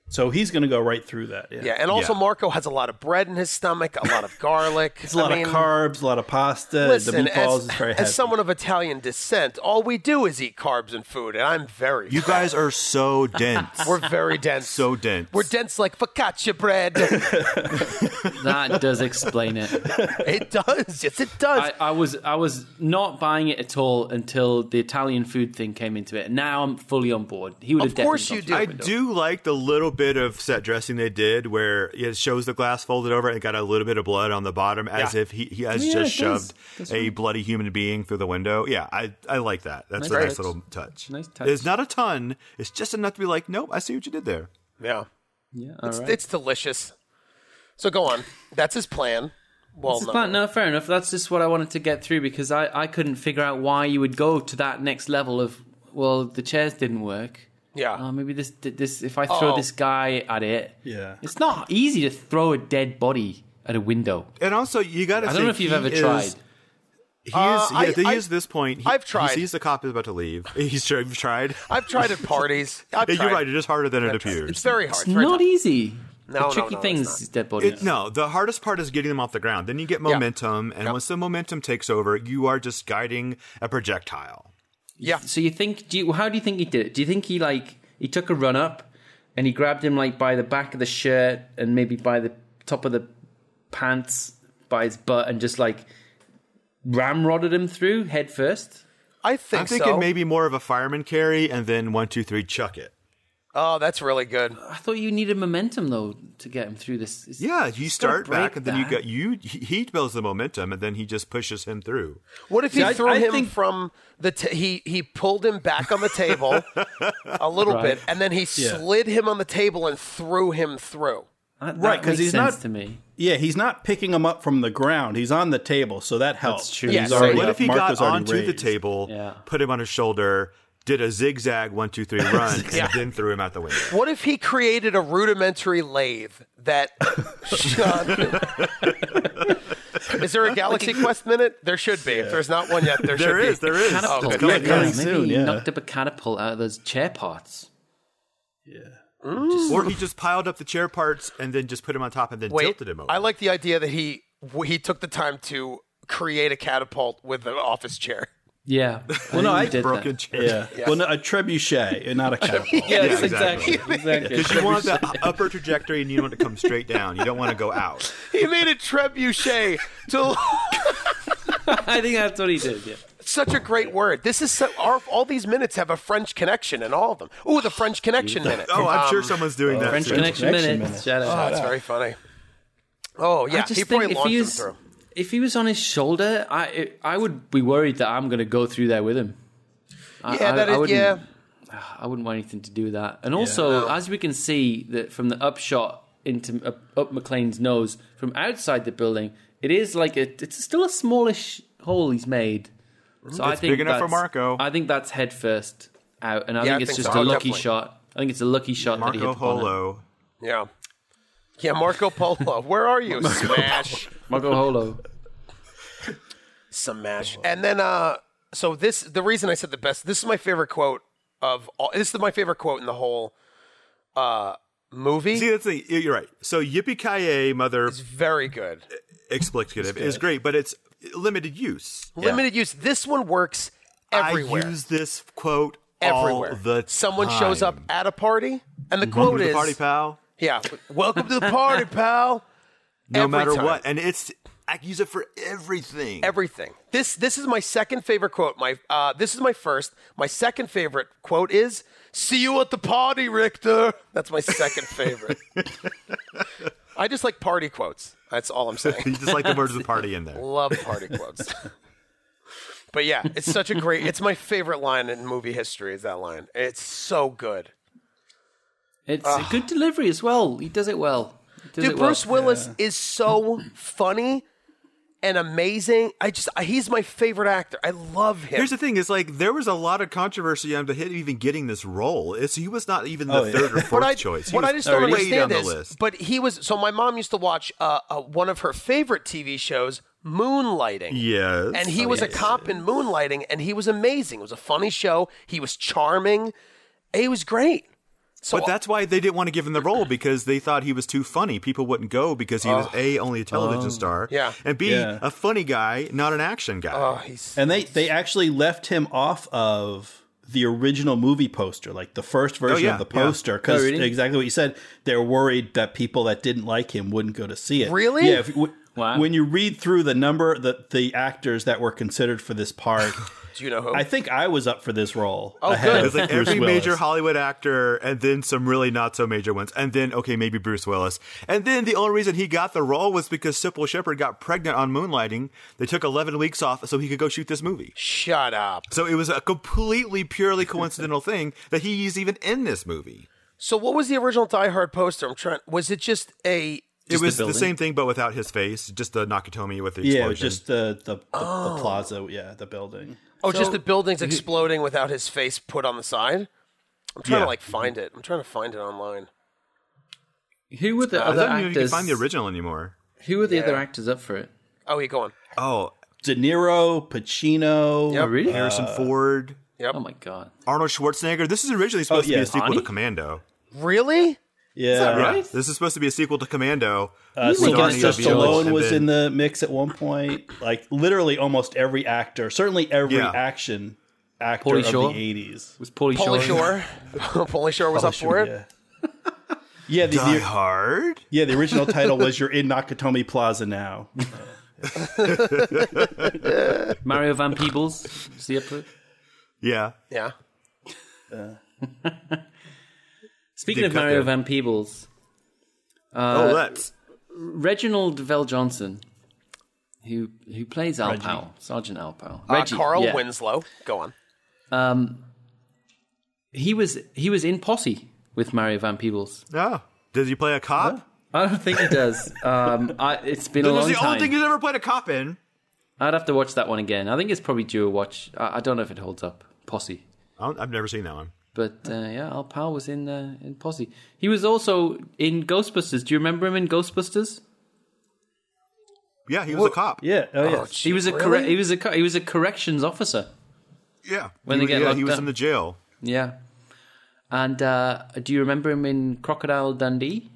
[SPEAKER 5] So he's going to go right through that. Yeah.
[SPEAKER 3] Yeah, and also
[SPEAKER 4] Yeah.
[SPEAKER 3] Marco has a lot of bread in his stomach, a lot of garlic.
[SPEAKER 5] It's a lot
[SPEAKER 3] I mean,
[SPEAKER 5] of carbs, a lot of pasta.
[SPEAKER 3] Listen,
[SPEAKER 5] the meatballs
[SPEAKER 3] as,
[SPEAKER 5] is very
[SPEAKER 3] as
[SPEAKER 5] heavy.
[SPEAKER 3] someone of Italian descent, all we do is eat carbs and food, and I'm very.
[SPEAKER 4] you guys are so dense.
[SPEAKER 3] we're very dense.
[SPEAKER 4] so dense.
[SPEAKER 3] we're dense like focaccia bread.
[SPEAKER 2] That does explain it.
[SPEAKER 3] it does. Yes, it does.
[SPEAKER 2] I, I was I was not buying it at all until the Italian food thing came into it. Now I'm fully on board. He would have
[SPEAKER 3] Of course
[SPEAKER 2] definitely
[SPEAKER 3] you
[SPEAKER 2] gone
[SPEAKER 4] I
[SPEAKER 2] through the window.
[SPEAKER 4] do like the little bit of set dressing they did, where it shows the glass folded over and got a little bit of blood on the bottom, as if he, he has
[SPEAKER 2] Yeah,
[SPEAKER 4] just
[SPEAKER 2] it does.
[SPEAKER 4] shoved
[SPEAKER 2] That's
[SPEAKER 4] a
[SPEAKER 2] right.
[SPEAKER 4] bloody human being through the window. Yeah, I, I like that. That's a
[SPEAKER 2] Nice
[SPEAKER 4] nice
[SPEAKER 2] touch.
[SPEAKER 4] little touch.
[SPEAKER 2] Nice touch.
[SPEAKER 4] It's not a ton. It's just enough to be like, nope, I see what you did there.
[SPEAKER 3] yeah,
[SPEAKER 2] Yeah, all right.
[SPEAKER 3] it's delicious. So go on. That's his plan. Well,
[SPEAKER 2] It's fine. No, fair enough. That's just what I wanted to get through because I, I couldn't figure out why you would go to that next level of well the chairs didn't work.
[SPEAKER 3] yeah.
[SPEAKER 2] Uh, maybe this this if I throw
[SPEAKER 3] Oh.
[SPEAKER 2] this guy at it.
[SPEAKER 5] Yeah.
[SPEAKER 2] It's not easy to throw a dead body at a window.
[SPEAKER 4] And also, you got to.
[SPEAKER 2] I don't know if you've ever tried.
[SPEAKER 4] He is.
[SPEAKER 3] Uh,
[SPEAKER 4] yeah,
[SPEAKER 3] I-
[SPEAKER 4] they
[SPEAKER 3] I-
[SPEAKER 4] use this point. He,
[SPEAKER 3] I've tried.
[SPEAKER 4] He sees the cop is about to leave. He's tri- you've tried.
[SPEAKER 3] I've tried at parties. I've
[SPEAKER 4] Yeah,
[SPEAKER 3] tried.
[SPEAKER 4] you're right. It is harder than it
[SPEAKER 3] It's
[SPEAKER 4] appears.
[SPEAKER 3] very hard.
[SPEAKER 2] It's
[SPEAKER 3] It's very
[SPEAKER 2] not
[SPEAKER 3] tough.
[SPEAKER 2] easy.
[SPEAKER 3] no,
[SPEAKER 2] the tricky
[SPEAKER 3] no,
[SPEAKER 2] thing
[SPEAKER 3] it's
[SPEAKER 2] is
[SPEAKER 3] not.
[SPEAKER 2] dead bodies.
[SPEAKER 4] It, no, the hardest part is getting them off the ground. Then you get momentum, and once the momentum takes over, you are just guiding a projectile.
[SPEAKER 3] Yeah.
[SPEAKER 2] So you think? Do you, how do you think he did it? Do you think he like he took a run up and he grabbed him like by the back of the shirt and maybe by the top of the pants by his butt and just like ramrodded him through head first?
[SPEAKER 3] I think
[SPEAKER 4] I'm thinking
[SPEAKER 3] so.
[SPEAKER 4] maybe more of a fireman carry, and then one, two, three, chuck it.
[SPEAKER 3] Oh, that's really good.
[SPEAKER 2] I thought you needed momentum though to get him through this. It's-
[SPEAKER 4] Yeah,
[SPEAKER 2] it's
[SPEAKER 4] you
[SPEAKER 2] gotta
[SPEAKER 4] start
[SPEAKER 2] break
[SPEAKER 4] back, and then you
[SPEAKER 2] that.
[SPEAKER 4] got you. He he builds the momentum, and then he just pushes him through.
[SPEAKER 3] What if he
[SPEAKER 5] See, I-
[SPEAKER 3] threw
[SPEAKER 5] I
[SPEAKER 3] him
[SPEAKER 5] think-
[SPEAKER 3] from the t- he he pulled him back on the table a little bit, and then he slid him on the table and threw him through.
[SPEAKER 2] That- that
[SPEAKER 5] Right, 'cause
[SPEAKER 2] makes
[SPEAKER 5] he's
[SPEAKER 2] sense
[SPEAKER 5] not-
[SPEAKER 2] to me.
[SPEAKER 5] yeah, he's not picking him up from the ground. He's on the table, so that helps.
[SPEAKER 2] true.
[SPEAKER 5] He's
[SPEAKER 3] Yeah, so
[SPEAKER 5] already
[SPEAKER 4] What
[SPEAKER 5] up.
[SPEAKER 4] if he
[SPEAKER 5] Marco's
[SPEAKER 4] got
[SPEAKER 5] already
[SPEAKER 4] onto the
[SPEAKER 5] raised.
[SPEAKER 4] table,
[SPEAKER 2] Yeah.
[SPEAKER 4] put him on his shoulder, did a zigzag one, two, three run, and then threw him out the window?
[SPEAKER 3] What if he created a rudimentary lathe that? is there a Galaxy Quest minute? There should be. If there's not one yet, there,
[SPEAKER 4] There
[SPEAKER 3] should
[SPEAKER 4] is,
[SPEAKER 3] be. Oh,
[SPEAKER 4] there is.
[SPEAKER 2] Catapult.
[SPEAKER 4] It's
[SPEAKER 2] yeah,
[SPEAKER 4] coming,
[SPEAKER 5] coming
[SPEAKER 2] maybe
[SPEAKER 5] soon,
[SPEAKER 2] he
[SPEAKER 5] yeah.
[SPEAKER 2] knocked up a catapult out of those chair parts.
[SPEAKER 4] Or he just piled up the chair parts and then just put him on top and then
[SPEAKER 3] Wait,
[SPEAKER 4] tilted him over.
[SPEAKER 3] I like the idea that he he took the time to create a catapult with an office chair.
[SPEAKER 2] Yeah. Well,
[SPEAKER 4] no, I
[SPEAKER 2] did that.
[SPEAKER 4] broken chair.
[SPEAKER 5] Yeah. Well, no, a trebuchet, and not a catapult.
[SPEAKER 2] Yeah,
[SPEAKER 4] Yeah,
[SPEAKER 2] exactly.
[SPEAKER 4] exactly.
[SPEAKER 2] Exactly.
[SPEAKER 4] Because you want the upper trajectory and you want it to come straight down. You don't want to go out.
[SPEAKER 3] He made a trebuchet to
[SPEAKER 2] I think that's what he did. Yeah.
[SPEAKER 3] such a great word. This is so, our, all these minutes have a French connection in all of them. Ooh, the French connection minute.
[SPEAKER 4] Oh, I'm
[SPEAKER 3] Um,
[SPEAKER 4] sure someone's doing that.
[SPEAKER 2] French
[SPEAKER 4] too.
[SPEAKER 2] Connection,
[SPEAKER 5] Connection
[SPEAKER 2] minute.
[SPEAKER 5] Minute.
[SPEAKER 2] Shout out.
[SPEAKER 3] Oh, that's very funny. Oh yeah,
[SPEAKER 2] just
[SPEAKER 3] he probably
[SPEAKER 2] think if
[SPEAKER 3] launched
[SPEAKER 2] he
[SPEAKER 3] him
[SPEAKER 2] is-
[SPEAKER 3] through.
[SPEAKER 2] If he was on his shoulder, I I would be worried that I'm going to go through there with him. I,
[SPEAKER 3] Yeah,
[SPEAKER 2] I-
[SPEAKER 3] that
[SPEAKER 2] I
[SPEAKER 3] is
[SPEAKER 2] wouldn't-
[SPEAKER 3] yeah.
[SPEAKER 2] I wouldn't want anything to do with that. And also, as we can see that from the upshot into up, up McLean's nose from outside the building. It is like a, it's still a smallish hole he's made.
[SPEAKER 3] Mm-hmm.
[SPEAKER 2] So I
[SPEAKER 4] It's
[SPEAKER 2] think
[SPEAKER 4] big enough for
[SPEAKER 2] that's-
[SPEAKER 4] Marco.
[SPEAKER 2] I think that's head first out, and I
[SPEAKER 3] Yeah,
[SPEAKER 2] think
[SPEAKER 3] I
[SPEAKER 2] it's
[SPEAKER 3] think
[SPEAKER 2] just
[SPEAKER 3] so.
[SPEAKER 2] a
[SPEAKER 3] Oh,
[SPEAKER 2] lucky
[SPEAKER 3] definitely.
[SPEAKER 2] shot. I think it's a lucky shot that
[SPEAKER 4] Marco
[SPEAKER 2] he hit upon it.
[SPEAKER 4] Polo.
[SPEAKER 3] Yeah. Yeah, Marco Polo. Where are you? Smash.
[SPEAKER 2] Marco Holo.
[SPEAKER 3] Smash. And then uh so this the reason I said the best this is my favorite quote of all this is my favorite quote in the whole uh movie.
[SPEAKER 4] See, that's the thing. You're right. So Yippee Ki Mother
[SPEAKER 3] it's very good.
[SPEAKER 4] uh, explicative is great, but it's limited use.
[SPEAKER 3] Limited use. This one works everywhere.
[SPEAKER 4] I use this quote
[SPEAKER 3] everywhere.
[SPEAKER 4] all the
[SPEAKER 3] Someone shows up
[SPEAKER 4] time.
[SPEAKER 3] at a party and the
[SPEAKER 4] Welcome
[SPEAKER 3] quote
[SPEAKER 4] to
[SPEAKER 3] is
[SPEAKER 4] the party, pal.
[SPEAKER 3] Yeah. Welcome to the party, pal.
[SPEAKER 4] No
[SPEAKER 3] Every
[SPEAKER 4] matter
[SPEAKER 3] time.
[SPEAKER 4] what, and it's I use it for everything.
[SPEAKER 3] everything. This this is my second favorite quote. My uh, this is my first. My second favorite quote is "See you at the party, Richter." That's my second favorite. I just like party quotes. That's all I'm
[SPEAKER 4] you
[SPEAKER 3] saying.
[SPEAKER 4] just like the words of the party in there.
[SPEAKER 3] Love party quotes. but yeah, it's such a great. It's my favorite line in movie history. Is that line? It's so good.
[SPEAKER 2] It's a
[SPEAKER 4] Ah.
[SPEAKER 2] good delivery as well. He does it well. He does
[SPEAKER 3] Dude,
[SPEAKER 2] it well.
[SPEAKER 3] Bruce Willis is so funny and amazing. I just he's my favorite actor. I love him.
[SPEAKER 4] Here's the thing: is like there was a lot of controversy on the hit even getting this role. It's, he was not even the
[SPEAKER 5] yeah.
[SPEAKER 4] third or fourth
[SPEAKER 3] what Oh, I,
[SPEAKER 4] choice. He
[SPEAKER 3] What
[SPEAKER 4] was
[SPEAKER 3] I just don't
[SPEAKER 4] way down
[SPEAKER 3] understand
[SPEAKER 4] the
[SPEAKER 3] is,
[SPEAKER 4] list.
[SPEAKER 3] but he was. So my mom used to watch uh, uh, one of her favorite TV shows, Moonlighting.
[SPEAKER 4] Oh, Yes.
[SPEAKER 3] And he was a cop in Moonlighting, and he was amazing. It was a funny show. He was charming. He was great. So
[SPEAKER 4] But that's why they didn't want to give him the role because they thought he was too funny. People wouldn't go because he was a only a television star,
[SPEAKER 3] Oh. Yeah.
[SPEAKER 4] and b
[SPEAKER 5] Yeah.
[SPEAKER 4] a funny guy, not an action guy.
[SPEAKER 3] oh, he's
[SPEAKER 5] And they they actually left him off of the original movie poster, like the first version
[SPEAKER 4] Oh, yeah,
[SPEAKER 5] of the
[SPEAKER 4] yeah.
[SPEAKER 5] poster, because
[SPEAKER 2] Oh, really?
[SPEAKER 5] exactly what you said. They're worried that people that didn't like him wouldn't go to see it.
[SPEAKER 3] Really?
[SPEAKER 5] Yeah. If, w-
[SPEAKER 2] Wow.
[SPEAKER 5] When you read through the number the the actors that were considered for this part,
[SPEAKER 3] do you know who?
[SPEAKER 5] I think I was up for this role. Oh, ahead
[SPEAKER 3] good.
[SPEAKER 5] of
[SPEAKER 4] It's like
[SPEAKER 5] Bruce
[SPEAKER 4] every
[SPEAKER 5] Willis.
[SPEAKER 4] major Hollywood actor, and then some really not so major ones, and then okay, maybe Bruce Willis, and then the only reason he got the role was because Simple Shepherd got pregnant on Moonlighting. They took eleven weeks off so he could go shoot this movie.
[SPEAKER 3] Shut up.
[SPEAKER 4] So it was a completely purely coincidental thing that he's even in this movie.
[SPEAKER 3] So what was the original Die Hard poster? I'm trying. Was it just a?
[SPEAKER 4] it was
[SPEAKER 2] the
[SPEAKER 4] the,
[SPEAKER 2] building?
[SPEAKER 4] same thing, but without his face, just the Nakatomi with the explosion. Oh.
[SPEAKER 5] Yeah, just the the, the, the plaza. Yeah, the building.
[SPEAKER 3] Oh, just the buildings exploding without his face put on the side. I'm trying
[SPEAKER 4] Yeah.
[SPEAKER 3] to like find it. I'm trying to find it online.
[SPEAKER 2] Who were the
[SPEAKER 4] I
[SPEAKER 2] other
[SPEAKER 4] don't even know if you can
[SPEAKER 2] actors?
[SPEAKER 4] find the original anymore.
[SPEAKER 2] Who were the other actors up for it?
[SPEAKER 3] Oh, yeah, go on.
[SPEAKER 4] Oh,
[SPEAKER 5] De Niro, Pacino.
[SPEAKER 3] Yep.
[SPEAKER 2] Oh, really?
[SPEAKER 4] Harrison Ford,
[SPEAKER 3] Yep.
[SPEAKER 2] oh my god!
[SPEAKER 4] Arnold Schwarzenegger. This is originally supposed to
[SPEAKER 5] yeah,
[SPEAKER 4] be a sequel
[SPEAKER 2] Arnie?
[SPEAKER 4] to Commando.
[SPEAKER 3] Really?
[SPEAKER 5] Yeah.
[SPEAKER 4] Yeah,
[SPEAKER 2] Right?
[SPEAKER 4] this is supposed to be a sequel to Commando.
[SPEAKER 5] Uh,
[SPEAKER 4] with Arnie
[SPEAKER 5] Sylvester
[SPEAKER 4] Abiola,
[SPEAKER 5] Stallone
[SPEAKER 4] and
[SPEAKER 5] was
[SPEAKER 4] then-
[SPEAKER 5] in the mix at one point. Like literally, almost every actor, certainly every
[SPEAKER 4] Yeah.
[SPEAKER 5] action actor
[SPEAKER 2] Pauly
[SPEAKER 5] of
[SPEAKER 2] Shore?
[SPEAKER 5] the eighties.
[SPEAKER 2] Was Paulie Shore?
[SPEAKER 3] Pauly
[SPEAKER 2] in it?
[SPEAKER 3] Shore. Pauly Shore was up for it.
[SPEAKER 5] Yeah, yeah the,
[SPEAKER 4] Die
[SPEAKER 5] the,
[SPEAKER 4] Hard.
[SPEAKER 5] yeah, the original title was "You're in Nakatomi Plaza now."
[SPEAKER 2] Mario Van Peebles? Was he up for it?
[SPEAKER 4] Yeah,
[SPEAKER 3] Yeah.
[SPEAKER 2] Speaking
[SPEAKER 4] Did
[SPEAKER 2] of
[SPEAKER 4] cut
[SPEAKER 2] Mario
[SPEAKER 4] there.
[SPEAKER 2] Van Peebles,
[SPEAKER 4] oh, let's.
[SPEAKER 2] Reginald Vell Johnson, who who plays Al Powell, Sergeant Al Powell,
[SPEAKER 3] Uh,
[SPEAKER 2] Reggie,
[SPEAKER 3] Carl
[SPEAKER 2] yeah.
[SPEAKER 3] Winslow. Go on.
[SPEAKER 2] Um, he was he was in Posse with Mario Van Peebles.
[SPEAKER 4] Oh, does he play a cop?
[SPEAKER 2] I don't think he does. um, I, it's been a
[SPEAKER 4] That was
[SPEAKER 2] long
[SPEAKER 4] the
[SPEAKER 2] time.
[SPEAKER 4] only thing he's ever played a cop in.
[SPEAKER 2] I'd have to watch that one again. I think it's probably due a watch. I, I don't know if it holds up. Posse.
[SPEAKER 4] I don't- I've never seen that one.
[SPEAKER 2] But uh, yeah, Al Powell was in uh, in Posse. He was also in Ghostbusters. Do you remember him in Ghostbusters?
[SPEAKER 4] Yeah, he was a cop.
[SPEAKER 5] Yeah, oh yeah.
[SPEAKER 2] He was a corre- he was a co- he was a corrections officer.
[SPEAKER 4] yeah.
[SPEAKER 2] When
[SPEAKER 4] he,
[SPEAKER 2] they get
[SPEAKER 4] yeah,
[SPEAKER 2] locked
[SPEAKER 4] he was
[SPEAKER 2] up.
[SPEAKER 4] in the jail.
[SPEAKER 2] Yeah. And uh, do you remember him in Crocodile Dundee?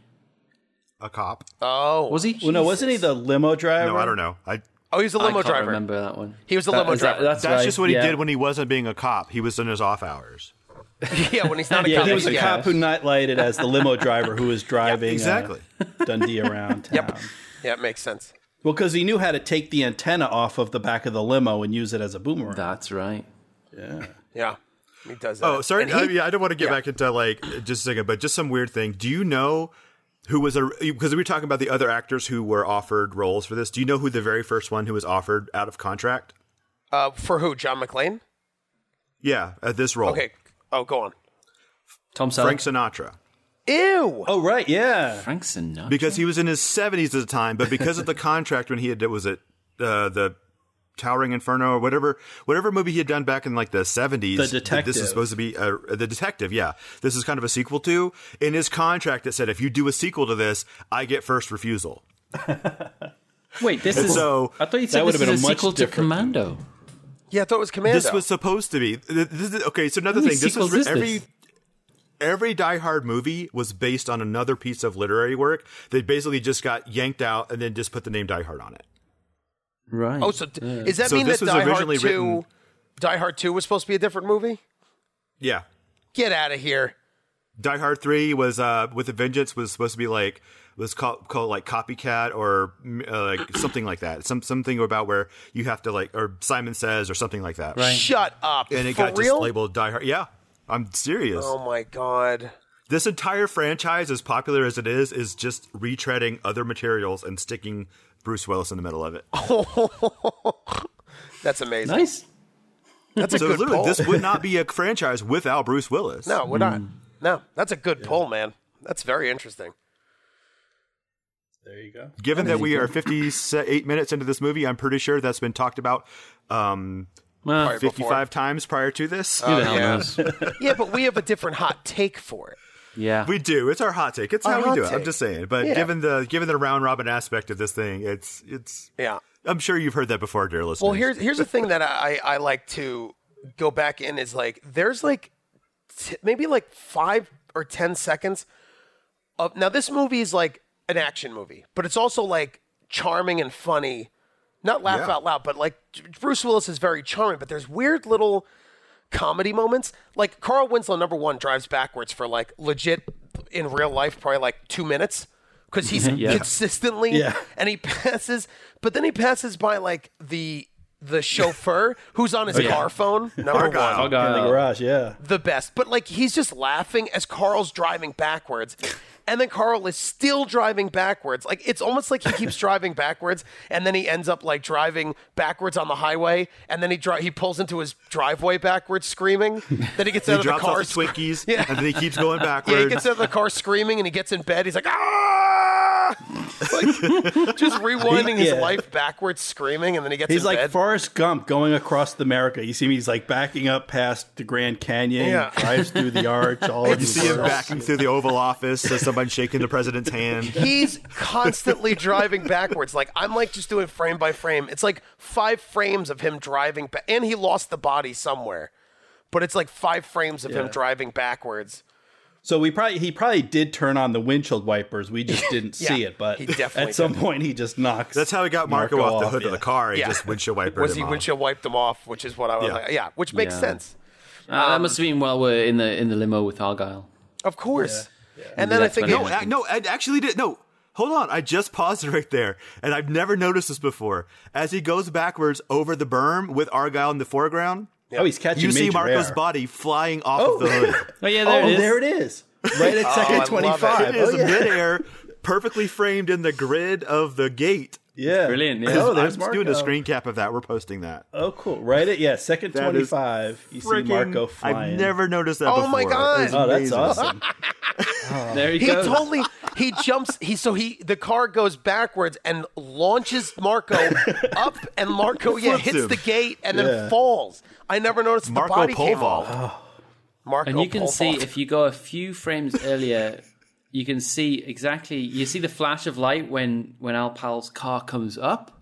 [SPEAKER 4] A cop.
[SPEAKER 3] Oh.
[SPEAKER 2] Was he?
[SPEAKER 5] Well, no, wasn't he the limo driver?
[SPEAKER 4] No, I don't know. I.
[SPEAKER 3] oh, he was a
[SPEAKER 2] I
[SPEAKER 3] limo
[SPEAKER 2] can't
[SPEAKER 3] driver.
[SPEAKER 2] remember that one.
[SPEAKER 3] He was a limo
[SPEAKER 2] is that-
[SPEAKER 3] driver.
[SPEAKER 2] that's
[SPEAKER 4] That's
[SPEAKER 2] right,
[SPEAKER 4] just what he
[SPEAKER 2] yeah.
[SPEAKER 4] did when he wasn't being a cop. He was in his off hours.
[SPEAKER 3] yeah, when he's not a
[SPEAKER 5] Yeah,
[SPEAKER 3] cop.
[SPEAKER 5] he was a
[SPEAKER 3] yeah.
[SPEAKER 5] cop who nightlighted as the limo driver who was driving uh,
[SPEAKER 4] exactly.
[SPEAKER 5] Dundee around town.
[SPEAKER 3] Yep. Yeah, it makes sense.
[SPEAKER 5] Well, because he knew how to take the antenna off of the back of the limo and use it as a boomerang.
[SPEAKER 2] That's right.
[SPEAKER 3] Yeah. He does that.
[SPEAKER 4] Oh, sorry.
[SPEAKER 3] And
[SPEAKER 4] I,
[SPEAKER 3] he-
[SPEAKER 4] yeah, I don't want to get
[SPEAKER 3] yeah.
[SPEAKER 4] back into like just a second, but just some weird thing. Do you know who was a because we were talking about the other actors who were offered roles for this? Do you know who the very first one who was offered out of contract?
[SPEAKER 3] uh, for who? John McClane?
[SPEAKER 4] Yeah, at this role,
[SPEAKER 3] Okay. Oh, go on.
[SPEAKER 2] Tom
[SPEAKER 4] Frank
[SPEAKER 2] Selleck.
[SPEAKER 4] Sinatra.
[SPEAKER 3] Ew.
[SPEAKER 5] Oh right, yeah.
[SPEAKER 2] Frank Sinatra.
[SPEAKER 4] because he was in his 70s at the time but because of the contract when he had was it uh, the towering inferno or whatever whatever movie he had done back in like the 70s
[SPEAKER 5] The
[SPEAKER 4] that this
[SPEAKER 5] Detective.
[SPEAKER 4] is supposed to be uh, the detective yeah this is kind of a sequel to in his contract it said if you do a sequel to this i get first refusal
[SPEAKER 2] Wait, this is.
[SPEAKER 4] so
[SPEAKER 2] I thought you
[SPEAKER 5] that
[SPEAKER 2] said
[SPEAKER 5] would
[SPEAKER 2] this
[SPEAKER 5] have
[SPEAKER 2] is a
[SPEAKER 5] been a much
[SPEAKER 2] sequel to
[SPEAKER 5] different-
[SPEAKER 2] Commando.
[SPEAKER 3] Yeah, I thought it was Commando.
[SPEAKER 4] this was supposed to be th- this is- okay so another
[SPEAKER 2] How many
[SPEAKER 4] thing this
[SPEAKER 2] sequels
[SPEAKER 4] was
[SPEAKER 2] is
[SPEAKER 4] every
[SPEAKER 2] this?
[SPEAKER 4] every Die Hard movie was based on another piece of literary work that basically just got yanked out and then just put the name Die Hard on it
[SPEAKER 2] Right.
[SPEAKER 3] oh, so d- does that
[SPEAKER 4] So
[SPEAKER 3] mean that
[SPEAKER 4] this was
[SPEAKER 3] Die Hard
[SPEAKER 4] originally
[SPEAKER 3] 2
[SPEAKER 4] written-
[SPEAKER 3] Die Hard 2 was supposed to be a different movie?
[SPEAKER 4] yeah
[SPEAKER 3] Get out of here.
[SPEAKER 4] Die Hard Three was uh, with a Vengeance was supposed to be like was called, called like copycat or mm, uh, like something like that. Some something about where you have to like or Simon Says or something like that.
[SPEAKER 2] Right.
[SPEAKER 3] Shut up.
[SPEAKER 4] And it
[SPEAKER 3] For
[SPEAKER 4] got
[SPEAKER 3] real?
[SPEAKER 4] just labeled Die Hard. Yeah, I'm serious.
[SPEAKER 3] Oh my god.
[SPEAKER 4] This entire franchise, as popular as it is, is just retreading other materials and sticking Bruce Willis in the middle of it.
[SPEAKER 3] Oh That's amazing.
[SPEAKER 2] nice.
[SPEAKER 3] That's a
[SPEAKER 4] so
[SPEAKER 3] good
[SPEAKER 4] literally,
[SPEAKER 3] poll.
[SPEAKER 4] this would not be a franchise without Bruce Willis.
[SPEAKER 3] No, we're
[SPEAKER 4] Mm.
[SPEAKER 3] not. No, that's a good poll, man. That's very interesting.
[SPEAKER 5] There you go.
[SPEAKER 4] Given that we are 58 minutes into this movie, I'm pretty sure that's been talked about um,
[SPEAKER 2] Well,
[SPEAKER 3] Right before. Uh,
[SPEAKER 4] 55 times prior to this.
[SPEAKER 2] who the hell
[SPEAKER 3] yeah.
[SPEAKER 2] knows?
[SPEAKER 3] Yeah, but we have a different hot take for it.
[SPEAKER 2] Yeah.
[SPEAKER 4] We do. It's our hot take. It's
[SPEAKER 3] Our
[SPEAKER 4] how we
[SPEAKER 3] hot
[SPEAKER 4] do it.
[SPEAKER 3] take.
[SPEAKER 4] I'm just saying. But
[SPEAKER 3] Yeah.
[SPEAKER 4] given the given the round robin aspect of this thing, it's it's.
[SPEAKER 3] Yeah.
[SPEAKER 4] I'm sure you've heard that before, dear listeners.
[SPEAKER 3] Well, here's here's the thing that I I like to go back in is like there's like t- maybe like five or ten seconds of now this movie is like an action movie, but it's also like charming and funny. Not laugh
[SPEAKER 4] Yeah.
[SPEAKER 3] out loud, but like Bruce Willis is very charming, but there's weird little comedy moments. Like Carl Winslow, number one, drives backwards for like legit in real life, probably like two minutes because he's consistently
[SPEAKER 5] Yeah.
[SPEAKER 3] and he passes, but then he passes by like the the chauffeur who's on his car phone. Number
[SPEAKER 4] Argyle.
[SPEAKER 2] Oh,
[SPEAKER 3] one,
[SPEAKER 5] In the
[SPEAKER 2] God.
[SPEAKER 5] garage, yeah.
[SPEAKER 3] the best. But like he's just laughing as Carl's driving backwards. And then Carl is still driving backwards. Like it's almost like he keeps driving backwards, and then he ends up like driving backwards on the highway, and then he dri- he pulls into his driveway backwards, screaming. Then he gets out
[SPEAKER 4] he
[SPEAKER 3] of the
[SPEAKER 4] drops
[SPEAKER 3] car,
[SPEAKER 4] off the
[SPEAKER 3] sc-
[SPEAKER 4] Twinkies,
[SPEAKER 3] Yeah.
[SPEAKER 4] and then he keeps going backwards.
[SPEAKER 3] yeah, he gets out of the car screaming and he gets in bed. He's like, ah! like, just rewinding his
[SPEAKER 5] Yeah.
[SPEAKER 3] life backwards, screaming, and then he gets
[SPEAKER 5] He's
[SPEAKER 3] in
[SPEAKER 5] like
[SPEAKER 3] bed.
[SPEAKER 5] Forrest Gump going across the America. You see me? He's like backing up past the Grand Canyon,
[SPEAKER 3] Yeah.
[SPEAKER 5] drives through the arch. All
[SPEAKER 4] you see him backing through the Oval Office as somebody's shaking the president's hand.
[SPEAKER 3] He's constantly driving backwards. Like I'm like just doing frame by frame. It's like five frames of him driving, ba- and he lost the body somewhere. But it's like five frames of him
[SPEAKER 5] Yeah.
[SPEAKER 3] driving backwards.
[SPEAKER 5] So we probably he probably did turn on the windshield wipers. We just didn't see
[SPEAKER 3] Yeah,
[SPEAKER 5] it, but
[SPEAKER 3] he definitely
[SPEAKER 5] at some point he just knocks.
[SPEAKER 4] That's how he got Marco, off the hood of the car. He
[SPEAKER 3] Yeah.
[SPEAKER 4] just windshield wiper
[SPEAKER 3] Was
[SPEAKER 4] him
[SPEAKER 3] he
[SPEAKER 4] off.
[SPEAKER 3] windshield wiped them off? Which is what I was
[SPEAKER 4] Yeah.
[SPEAKER 3] like. Yeah, which makes
[SPEAKER 2] Yeah.
[SPEAKER 3] sense,
[SPEAKER 2] Uh, that must have been while we're in the in the limo with Argyle.
[SPEAKER 3] of course. And then I
[SPEAKER 2] that's
[SPEAKER 3] think
[SPEAKER 2] when
[SPEAKER 3] it-
[SPEAKER 2] he
[SPEAKER 4] No, ac- Uh, no, I actually did. No, hold on. I just paused it right there, and I've never noticed this before. As he goes backwards over the berm with Argyle in the foreground,
[SPEAKER 5] Oh, he's catching.
[SPEAKER 4] you see
[SPEAKER 5] major
[SPEAKER 4] Marco's
[SPEAKER 5] air.
[SPEAKER 4] body flying off
[SPEAKER 5] Oh.
[SPEAKER 4] of the hood.
[SPEAKER 2] Oh yeah, there
[SPEAKER 5] Oh,
[SPEAKER 2] it is.
[SPEAKER 5] there it is. Right at
[SPEAKER 3] Oh, I
[SPEAKER 5] second
[SPEAKER 3] love it.
[SPEAKER 5] twenty-five.
[SPEAKER 4] It is
[SPEAKER 5] oh, yeah.
[SPEAKER 4] midair, perfectly framed in the grid of the gate.
[SPEAKER 5] yeah,
[SPEAKER 2] Brilliant, yeah.
[SPEAKER 5] Oh,
[SPEAKER 4] I'm
[SPEAKER 5] there's
[SPEAKER 4] just
[SPEAKER 5] Marco.
[SPEAKER 4] doing a screen cap of that. We're posting that.
[SPEAKER 5] Oh, cool. Right at yeah, second
[SPEAKER 4] That is
[SPEAKER 5] twenty-five. You see
[SPEAKER 4] Freaking-
[SPEAKER 5] Marco flying.
[SPEAKER 4] I've never noticed that
[SPEAKER 3] Oh
[SPEAKER 4] before.
[SPEAKER 3] my God.
[SPEAKER 4] It's
[SPEAKER 5] Oh, that's
[SPEAKER 4] amazing.
[SPEAKER 5] awesome.
[SPEAKER 2] There he
[SPEAKER 3] He
[SPEAKER 2] goes.
[SPEAKER 3] totally he jumps he so he the car goes backwards and launches Marco up and Marco yeah
[SPEAKER 4] Flips
[SPEAKER 3] hits
[SPEAKER 4] him.
[SPEAKER 3] the gate and then
[SPEAKER 5] Yeah.
[SPEAKER 3] falls. I never noticed
[SPEAKER 4] Marco Oh.
[SPEAKER 3] the body
[SPEAKER 4] pole
[SPEAKER 3] came
[SPEAKER 4] vault.
[SPEAKER 3] off. Marco
[SPEAKER 2] and you can
[SPEAKER 4] Oh,
[SPEAKER 3] pole
[SPEAKER 2] see
[SPEAKER 3] vault.
[SPEAKER 2] if you go a few frames earlier, you can see exactly. You see the flash of light when when Al Pal's car comes up.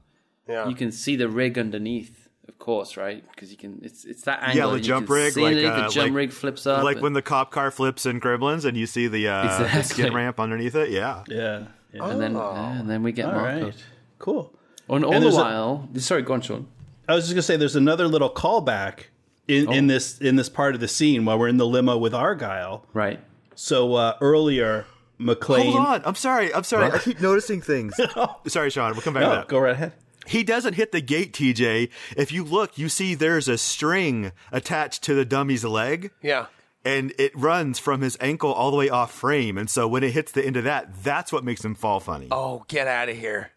[SPEAKER 3] Yeah.
[SPEAKER 2] You can see the rig underneath, of course, right? Because you can. It's it's that angle.
[SPEAKER 4] Yeah, the
[SPEAKER 2] and Oh, you
[SPEAKER 4] jump
[SPEAKER 2] can
[SPEAKER 4] rig,
[SPEAKER 2] see
[SPEAKER 4] like
[SPEAKER 2] the, the
[SPEAKER 4] uh,
[SPEAKER 2] jump
[SPEAKER 4] like,
[SPEAKER 2] rig flips up.
[SPEAKER 4] like when the cop car flips in Gremlins, and you see the, uh, the
[SPEAKER 2] Exactly.
[SPEAKER 4] skid ramp underneath it. Yeah,
[SPEAKER 5] Yeah. yeah.
[SPEAKER 2] and then yeah, and then we get
[SPEAKER 5] All
[SPEAKER 2] Oh, Marco.
[SPEAKER 5] right. Cool.
[SPEAKER 2] And all the
[SPEAKER 5] there's a-
[SPEAKER 2] while, sorry, go on, Sean.
[SPEAKER 5] I was just gonna say there's another little callback in, in this in this part of the scene while we're in the limo with Argyle.
[SPEAKER 2] Right.
[SPEAKER 5] So uh, earlier, McLean.
[SPEAKER 4] Hold on. I'm sorry. I'm sorry. I keep noticing things. sorry, Sean. We'll come back
[SPEAKER 5] No,
[SPEAKER 4] to that.
[SPEAKER 5] Oh, go right ahead.
[SPEAKER 4] He doesn't hit the gate, TJ. If you look, you see there's a string attached to the dummy's leg,
[SPEAKER 3] yeah.
[SPEAKER 4] and it runs from his ankle all the way off frame. And so when it hits the end of that, that's what makes him fall funny.
[SPEAKER 3] Oh, get out of here.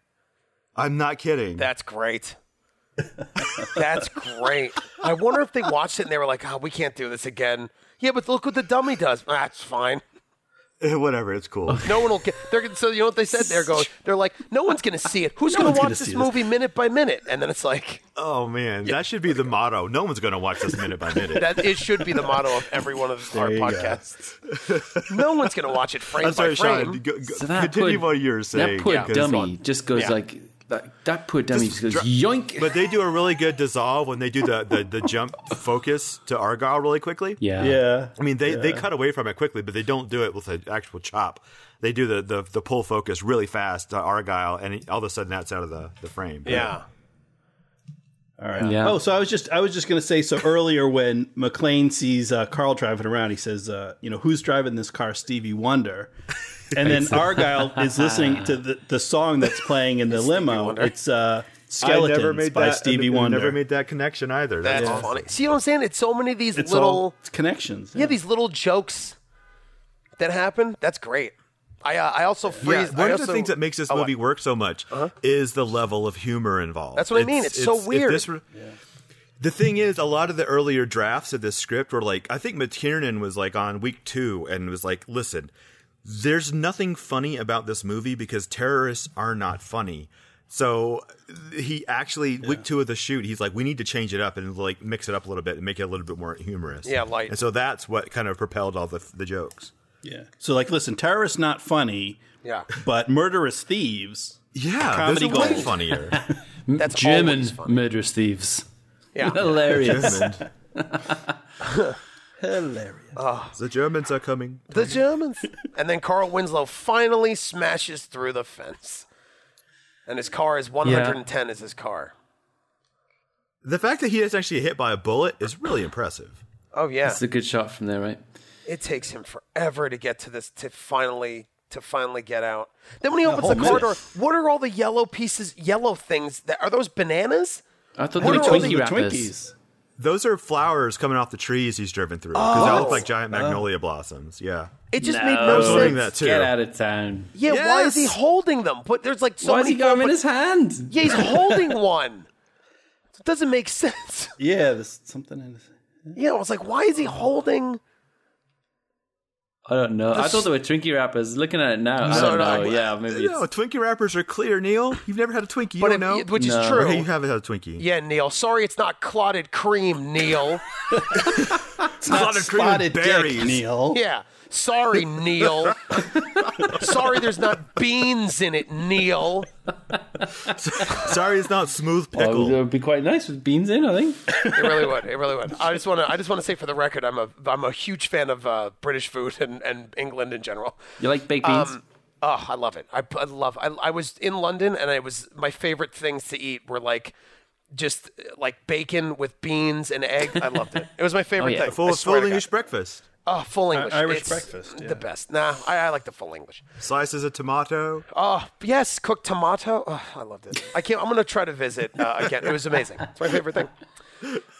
[SPEAKER 4] I'm not kidding.
[SPEAKER 3] That's great. That's great. I wonder if they watched it and they were like, "Oh, we can't do this again." Yeah, but look what the dummy does. That's fine.
[SPEAKER 4] Whatever, it's cool.
[SPEAKER 3] No one will get. They're gonna- so you know what they said? They're going. They're like, no one's going to see it. Who's going
[SPEAKER 5] one's
[SPEAKER 3] to
[SPEAKER 5] gonna
[SPEAKER 3] watch this
[SPEAKER 5] see this."
[SPEAKER 3] movie minute by minute? And then it's like
[SPEAKER 4] Oh man, that should be the motto. No one's gonna watch this minute by minute.
[SPEAKER 3] that. It should be the motto of every one of our
[SPEAKER 5] you go.
[SPEAKER 3] podcasts. no one's going to watch it frame
[SPEAKER 4] I'm sorry,
[SPEAKER 3] by frame.
[SPEAKER 4] Sean. Go, go,
[SPEAKER 2] So that
[SPEAKER 4] continue
[SPEAKER 2] poor,
[SPEAKER 4] what you were saying.
[SPEAKER 2] That poor
[SPEAKER 4] 'cause-
[SPEAKER 2] dummy just goes
[SPEAKER 3] Yeah.
[SPEAKER 2] like that, that. poor dummy just, goes
[SPEAKER 4] dra-
[SPEAKER 2] yoink.
[SPEAKER 4] But they do a really good dissolve when they do the, the, the jump focus to Argyle really quickly.
[SPEAKER 2] yeah,
[SPEAKER 5] Yeah.
[SPEAKER 4] I mean, they, they cut away from it quickly, but they don't do it with an actual chop. They do the, the, the pull focus really fast to Argyle, and it- all of a sudden that's out of the, the frame. But-
[SPEAKER 3] Yeah.
[SPEAKER 5] All right.
[SPEAKER 2] Yeah.
[SPEAKER 5] Oh, so I was just I was just gonna say so earlier when McLean sees uh, Carl driving around, he says, uh, you know, who's driving this car, Stevie Wonder? And then Argyle is listening to the, the song that's playing in the limo. It's uh, Skeletons by
[SPEAKER 4] that,
[SPEAKER 5] Stevie
[SPEAKER 4] and- and
[SPEAKER 5] Wonder.
[SPEAKER 4] never made that connection either.
[SPEAKER 3] That's
[SPEAKER 4] awesome.
[SPEAKER 3] funny. See what I'm saying? It's so many of these
[SPEAKER 5] it's
[SPEAKER 3] little.
[SPEAKER 5] all it's connections.
[SPEAKER 3] yeah, these little jokes that happen. That's great. I uh, I also
[SPEAKER 4] Yeah,
[SPEAKER 3] freeze.
[SPEAKER 4] one
[SPEAKER 3] I
[SPEAKER 4] of the
[SPEAKER 3] also-
[SPEAKER 4] things that makes this
[SPEAKER 3] oh, I- Uh-huh.
[SPEAKER 4] movie work so much is the level of humor involved.
[SPEAKER 3] That's what I mean. It's so
[SPEAKER 4] if
[SPEAKER 3] weird.
[SPEAKER 4] this were- The thing is, a lot of the earlier drafts of this script were like, I think McTiernan was like on week two and was like, listen, there's nothing funny about this movie because terrorists are not funny. So he actually week two of the shoot, he's like, we need to change it up and like mix it up a little bit and make it a little bit more humorous.
[SPEAKER 3] Yeah, light.
[SPEAKER 4] And so that's what kind of propelled all the the jokes.
[SPEAKER 5] Yeah. So like listen, terrorists not funny,
[SPEAKER 3] Yeah,
[SPEAKER 5] but murderous thieves.
[SPEAKER 4] Yeah, those
[SPEAKER 5] Comedy
[SPEAKER 4] are way
[SPEAKER 5] gold.
[SPEAKER 4] funnier.
[SPEAKER 3] that's
[SPEAKER 2] German
[SPEAKER 3] always funny.
[SPEAKER 2] murderous thieves.
[SPEAKER 3] Yeah,
[SPEAKER 2] Hilarious.
[SPEAKER 4] Germans.
[SPEAKER 5] Hilarious.
[SPEAKER 3] Ah.
[SPEAKER 4] The Germans are coming.
[SPEAKER 3] the Germans. And then Carl Winslow finally smashes through the fence, and his car is 110 is his car.
[SPEAKER 4] The fact that he is actually hit by a bullet is really impressive.
[SPEAKER 3] Oh yeah,
[SPEAKER 2] That's a good shot from there, right?
[SPEAKER 3] it takes him forever to get to this to finally to finally get out. Then when he opens
[SPEAKER 5] whole
[SPEAKER 3] the car
[SPEAKER 5] minute.
[SPEAKER 3] door, what are all the yellow pieces, yellow things? That are those bananas?
[SPEAKER 2] I thought they were
[SPEAKER 3] are all
[SPEAKER 2] Twinkie
[SPEAKER 5] the
[SPEAKER 2] wrappers.
[SPEAKER 5] Twinkies?
[SPEAKER 4] Those are flowers coming off the trees he's driven through because they
[SPEAKER 3] Oh.
[SPEAKER 4] look like giant
[SPEAKER 3] Uh-huh.
[SPEAKER 4] magnolia blossoms. Yeah,
[SPEAKER 3] It just made
[SPEAKER 2] I
[SPEAKER 3] no
[SPEAKER 4] was wondering
[SPEAKER 3] sense.
[SPEAKER 4] that too.
[SPEAKER 2] Get out of town.
[SPEAKER 3] Yeah, why is he
[SPEAKER 4] Yes.
[SPEAKER 3] holding them? But there's like so
[SPEAKER 2] Why has
[SPEAKER 3] many
[SPEAKER 2] he got
[SPEAKER 3] forms,
[SPEAKER 2] him in
[SPEAKER 3] but-
[SPEAKER 2] his hand?
[SPEAKER 3] Yeah, he's holding one. It doesn't make sense.
[SPEAKER 5] Yeah, there's something in this.
[SPEAKER 3] Yeah, I was like, why is he holding?
[SPEAKER 2] I don't know. I thought they were Twinkie wrappers. Looking at it now, I don't know.
[SPEAKER 3] no,
[SPEAKER 2] yeah, maybe
[SPEAKER 4] No,
[SPEAKER 2] it's
[SPEAKER 4] Twinkie wrappers are clear, Neil. You've never had a Twinkie, you
[SPEAKER 3] But
[SPEAKER 4] don't know.
[SPEAKER 3] it, which is
[SPEAKER 2] No.
[SPEAKER 4] Or you
[SPEAKER 3] true.
[SPEAKER 4] haven't had a Twinkie.
[SPEAKER 3] Yeah, Neil. Sorry, it's not clotted cream, Neil.
[SPEAKER 5] It's not
[SPEAKER 4] of cream and
[SPEAKER 5] spotted
[SPEAKER 4] berries.
[SPEAKER 5] dick, Neil.
[SPEAKER 3] Yeah, sorry, Neil. sorry, there's not beans in it, Neil.
[SPEAKER 4] Sorry, it's not smooth
[SPEAKER 2] Oh, it would- it
[SPEAKER 4] pickle.
[SPEAKER 2] would be quite nice with beans in. I think.
[SPEAKER 3] It really would. It really would. I just want to. I just want to say for the record, I'm a I'm a huge fan of uh, British food and, and England in general.
[SPEAKER 2] You like baked beans?
[SPEAKER 3] Um, oh, I love it. I, I love. I, I was in London, and it was my favorite things to eat were like just uh, like bacon with beans and egg. I loved it. It was my favorite
[SPEAKER 2] Oh, yeah.
[SPEAKER 3] thing.
[SPEAKER 4] Full
[SPEAKER 3] I
[SPEAKER 4] of
[SPEAKER 3] swear
[SPEAKER 4] full
[SPEAKER 3] to God.
[SPEAKER 4] English breakfast.
[SPEAKER 3] Oh, full English.
[SPEAKER 5] Irish
[SPEAKER 3] It's
[SPEAKER 5] breakfast, yeah.
[SPEAKER 3] The best. Nah, I, I like the full English.
[SPEAKER 4] Slices of tomato.
[SPEAKER 3] Oh yes, cooked tomato. Oh, I loved it. I can't. I'm gonna try to visit uh, again. It was amazing. It's my favorite thing.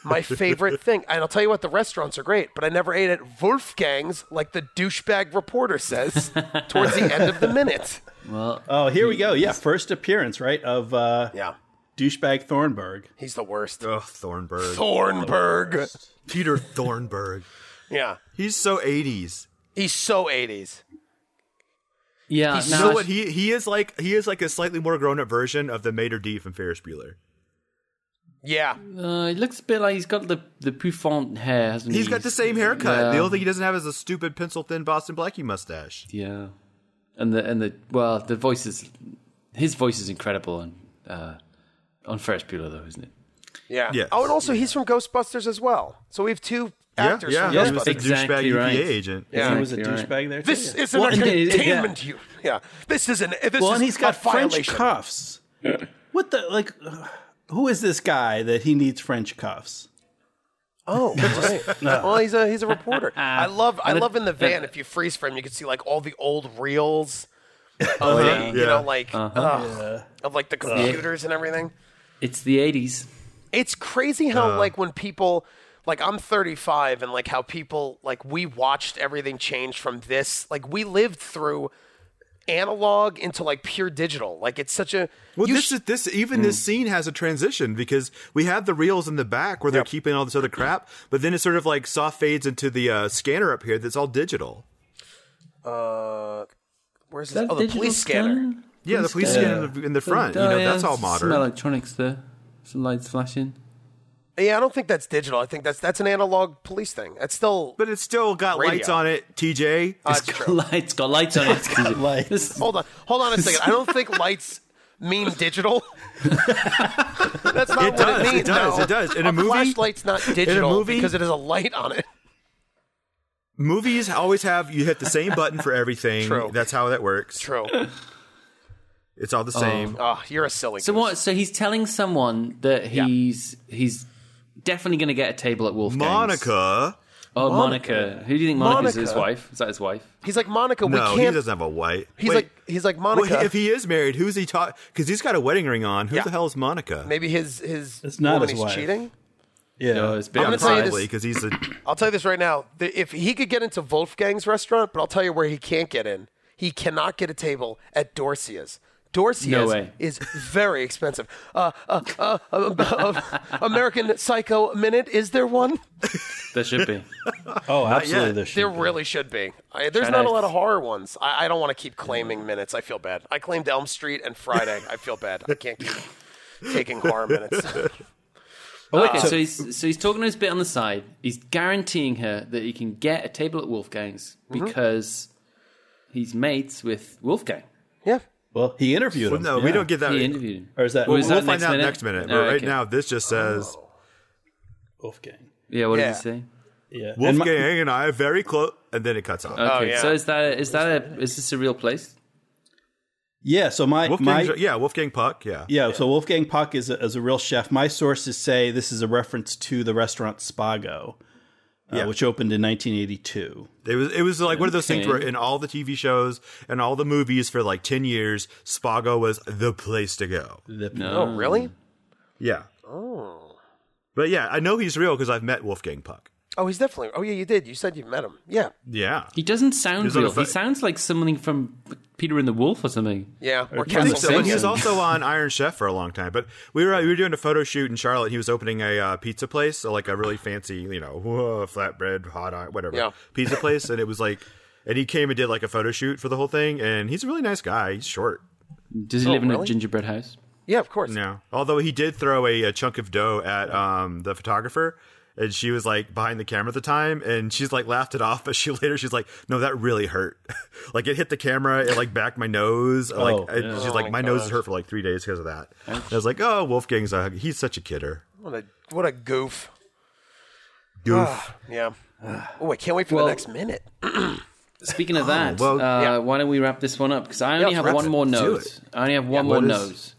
[SPEAKER 3] My favorite thing. And I'll tell you what, the restaurants are great, but I never ate at Wolfgang's like the douchebag reporter says towards the end of the minute.
[SPEAKER 2] well,
[SPEAKER 5] Oh, here we go. Yeah, first appearance, right, of uh,
[SPEAKER 3] Yeah.
[SPEAKER 5] douchebag Thornburg.
[SPEAKER 3] He's the worst.
[SPEAKER 4] Oh, Thornburg.
[SPEAKER 3] Thornburg.
[SPEAKER 4] Peter Thornburg.
[SPEAKER 3] Yeah.
[SPEAKER 4] He's so 80s.
[SPEAKER 3] He's so 80s.
[SPEAKER 2] yeah.
[SPEAKER 3] he's
[SPEAKER 2] no,
[SPEAKER 4] You know
[SPEAKER 2] I-
[SPEAKER 4] what? He he is like he is like a slightly more grown up version of the Mater D from Ferris Bueller.
[SPEAKER 3] Yeah.
[SPEAKER 2] Uh, it looks a bit like he's got the the bouffant hair, hasn't he?
[SPEAKER 4] He's got the same haircut.
[SPEAKER 2] Yeah.
[SPEAKER 4] The only thing he doesn't have is a stupid pencil thin Boston Blackie mustache.
[SPEAKER 2] Yeah, and the and the well, the voice is his voice is incredible on uh, on Ferris Bueller though, isn't it?
[SPEAKER 3] Yeah.
[SPEAKER 4] Yes.
[SPEAKER 3] Oh, and also he's from Ghostbusters as well. So we have two actors
[SPEAKER 4] yeah,
[SPEAKER 3] from
[SPEAKER 4] yeah. He
[SPEAKER 3] Ghostbusters.
[SPEAKER 4] was the douchebag
[SPEAKER 2] Exactly
[SPEAKER 4] EPA
[SPEAKER 2] right.
[SPEAKER 4] agent.
[SPEAKER 3] Yeah.
[SPEAKER 5] He was a
[SPEAKER 2] Exactly right.
[SPEAKER 5] douchebag there. Too.
[SPEAKER 3] This
[SPEAKER 5] yeah.
[SPEAKER 3] is an
[SPEAKER 2] Well, and it- it-
[SPEAKER 3] entertainment you. Yeah. This is an this
[SPEAKER 5] well,
[SPEAKER 3] is
[SPEAKER 5] and he's
[SPEAKER 3] a
[SPEAKER 5] got French
[SPEAKER 3] violation.
[SPEAKER 5] cuffs. what the like? Who is this guy that he needs French cuffs?
[SPEAKER 3] Oh, right. Well, he's a he's a reporter. I love I love in the van. If you freeze frame, you can see like all the old reels. Of, like, You
[SPEAKER 4] Yeah.
[SPEAKER 3] know, like ugh, of like the computers and everything.
[SPEAKER 2] It's the eighties.
[SPEAKER 3] It's crazy how like when people like I'm 35 and like how people like we watched everything change from this. Like we lived through analog into like pure digital. Like it's such a
[SPEAKER 4] Well,
[SPEAKER 3] you
[SPEAKER 4] this
[SPEAKER 3] sh-
[SPEAKER 4] is this even this scene has a transition because we have the reels in the back where they're keeping all this other crap, but then it sort of like soft fades into the uh, scanner up here that's all digital.
[SPEAKER 3] Uh, where's
[SPEAKER 2] Is
[SPEAKER 3] this?
[SPEAKER 2] that
[SPEAKER 3] Oh, the
[SPEAKER 2] digital
[SPEAKER 3] police scanner.
[SPEAKER 2] scanner?
[SPEAKER 4] Yeah, the police scanner in the, in the front. you
[SPEAKER 2] Oh,
[SPEAKER 4] know,
[SPEAKER 2] yeah,
[SPEAKER 4] that's all modern.
[SPEAKER 2] Some electronics there. Some lights flashing.
[SPEAKER 3] Yeah, I don't think that's digital. I think that's that's an analog police thing. That's still
[SPEAKER 4] but it's still got
[SPEAKER 3] Radio.
[SPEAKER 4] lights on it, TJ.
[SPEAKER 3] uh, it's true.
[SPEAKER 2] lights got lights on it.
[SPEAKER 5] lights.
[SPEAKER 2] This-
[SPEAKER 3] Hold on, hold on a second. I don't think lights mean digital. that's not
[SPEAKER 4] It
[SPEAKER 3] what
[SPEAKER 4] does,
[SPEAKER 3] it
[SPEAKER 4] it
[SPEAKER 3] means.
[SPEAKER 4] does,
[SPEAKER 3] no.
[SPEAKER 4] it does. In a movie-
[SPEAKER 3] flashlight's not digital
[SPEAKER 4] movie-
[SPEAKER 3] because it has a light on it.
[SPEAKER 4] Movies always have you hit the same button for everything.
[SPEAKER 3] True.
[SPEAKER 4] That's how that works.
[SPEAKER 3] True.
[SPEAKER 4] It's all the same.
[SPEAKER 3] Oh, you're a silly.
[SPEAKER 2] So what? So he's telling someone that he's he's definitely going to get a table at Wolfgang's.
[SPEAKER 4] Monica.
[SPEAKER 2] Oh, Monica. Who do you think Monica's his
[SPEAKER 3] Monica.
[SPEAKER 2] wife? Is that his wife?
[SPEAKER 3] He's like Monica. We
[SPEAKER 4] No, he
[SPEAKER 3] can't.
[SPEAKER 4] doesn't have a wife.
[SPEAKER 3] he's
[SPEAKER 4] Wait.
[SPEAKER 3] like he's like
[SPEAKER 4] Well,
[SPEAKER 3] Monica.
[SPEAKER 4] he- if he is married, who's he talking? Because he's got a wedding ring on. Who
[SPEAKER 3] Yeah.
[SPEAKER 4] the hell is Monica?
[SPEAKER 3] Maybe his his
[SPEAKER 5] It's not
[SPEAKER 3] woman
[SPEAKER 5] his
[SPEAKER 3] he's
[SPEAKER 5] wife.
[SPEAKER 3] cheating.
[SPEAKER 5] Yeah.
[SPEAKER 2] No, it's been
[SPEAKER 3] I'm
[SPEAKER 2] on
[SPEAKER 3] gonna tell you
[SPEAKER 2] Pride.
[SPEAKER 4] Probably because he's a.
[SPEAKER 3] I'll tell you this right now. The- If he could get into Wolfgang's restaurant, but I'll tell you where he can't get in. He cannot get a table at Dorcia's. Dorcia's
[SPEAKER 2] No way.
[SPEAKER 3] is very expensive. Uh, uh, uh, uh, uh, American Psycho Minute, is there one?
[SPEAKER 2] There should be.
[SPEAKER 5] Oh, absolutely.
[SPEAKER 4] yet.
[SPEAKER 5] There should
[SPEAKER 3] There
[SPEAKER 5] be.
[SPEAKER 3] really should be. I, there's
[SPEAKER 2] Should
[SPEAKER 3] not
[SPEAKER 2] I-
[SPEAKER 3] a lot of horror ones. I, I don't want to keep claiming minutes. I feel bad. I claimed Elm Street and Friday. I feel bad. I can't keep taking horror minutes.
[SPEAKER 4] Ah.
[SPEAKER 2] Okay, so he's so he's talking to his bit on the side. He's guaranteeing her that he can get a table at Wolfgang's
[SPEAKER 4] Mm-hmm.
[SPEAKER 2] because he's mates with Wolfgang.
[SPEAKER 3] yeah.
[SPEAKER 5] Well, he interviewed him.
[SPEAKER 4] No,
[SPEAKER 5] yeah.
[SPEAKER 4] we don't get that.
[SPEAKER 2] He interviewed him.
[SPEAKER 5] Or is that
[SPEAKER 2] Or
[SPEAKER 5] well,
[SPEAKER 2] is
[SPEAKER 4] we'll
[SPEAKER 2] that
[SPEAKER 4] find
[SPEAKER 2] next
[SPEAKER 4] out
[SPEAKER 2] minute?
[SPEAKER 4] next minute. But
[SPEAKER 2] Oh,
[SPEAKER 4] right
[SPEAKER 2] okay. Oh.
[SPEAKER 4] now, this just says
[SPEAKER 5] Wolfgang?
[SPEAKER 2] Yeah, what
[SPEAKER 3] Yeah.
[SPEAKER 2] does he say?
[SPEAKER 5] Yeah. And my-
[SPEAKER 4] Wolfgang eh? and I are very close, and then it cuts off.
[SPEAKER 2] Okay,
[SPEAKER 3] yeah.
[SPEAKER 2] so is that is that a is this a real place?
[SPEAKER 5] yeah. So my
[SPEAKER 4] Wolfgang,
[SPEAKER 5] my
[SPEAKER 4] yeah, Wolfgang Puck, yeah.
[SPEAKER 5] Yeah, so Wolfgang Puck is a, is a real chef. My sources say this is a reference to the restaurant Spago, uh,
[SPEAKER 4] Yeah.
[SPEAKER 5] which opened in 1982.
[SPEAKER 4] It was it was like one of those things
[SPEAKER 2] Okay.
[SPEAKER 4] where in all the TV shows and all the movies for like ten years, Spago was the place to go.
[SPEAKER 5] The-
[SPEAKER 3] Oh,
[SPEAKER 2] Um.
[SPEAKER 3] really?
[SPEAKER 4] Yeah. Oh. But yeah, I know he's real because I've met Wolfgang Puck.
[SPEAKER 3] Oh, he's definitely. Oh, yeah, you did. You said you met him. Yeah.
[SPEAKER 4] Yeah.
[SPEAKER 2] He doesn't sound
[SPEAKER 4] He's on a
[SPEAKER 2] real. He
[SPEAKER 4] fa-
[SPEAKER 2] sounds like something from Peter and the Wolf or something.
[SPEAKER 3] Yeah. Or
[SPEAKER 5] I think
[SPEAKER 4] So, but he
[SPEAKER 3] Castlevania.
[SPEAKER 4] was also on Iron Chef for a long time. But we were we were doing a photo shoot in Charlotte. He was opening a uh, pizza place, so like a really fancy, you know, whoa, flatbread, hot iron, whatever
[SPEAKER 3] Yeah.
[SPEAKER 4] pizza place. And it was like, and he came and did like a photo shoot for the whole thing. And he's a really nice guy. He's short.
[SPEAKER 2] Does
[SPEAKER 4] Oh,
[SPEAKER 2] he live in a
[SPEAKER 3] really?
[SPEAKER 2] gingerbread house?
[SPEAKER 3] Yeah, of course.
[SPEAKER 4] No. Although he did throw a, a chunk of dough at um, the photographer, and she was like behind the camera at the time, and she's like laughed it off. But she later she's like, "No, that really hurt. like it hit the camera, it like backed my nose. Like
[SPEAKER 5] Oh,
[SPEAKER 4] and she's like, my, nose hurt for like three days because of that." And I was like, "Oh, Wolfgang's a, he's such a kidder."
[SPEAKER 3] What a what a goof. Ah,
[SPEAKER 4] Goof.
[SPEAKER 3] Yeah.
[SPEAKER 4] Ah.
[SPEAKER 3] Oh, I can't wait for
[SPEAKER 2] Well-
[SPEAKER 3] the next minute.
[SPEAKER 2] Speaking of that,
[SPEAKER 4] well,
[SPEAKER 2] uh,
[SPEAKER 3] Oh, yeah.
[SPEAKER 2] why don't we wrap this one up? Because I only
[SPEAKER 3] let's
[SPEAKER 2] have
[SPEAKER 3] wrap
[SPEAKER 2] one
[SPEAKER 3] it.
[SPEAKER 2] more
[SPEAKER 4] Let's do
[SPEAKER 2] note.
[SPEAKER 4] it.
[SPEAKER 2] I only have one
[SPEAKER 4] what
[SPEAKER 2] more
[SPEAKER 4] is-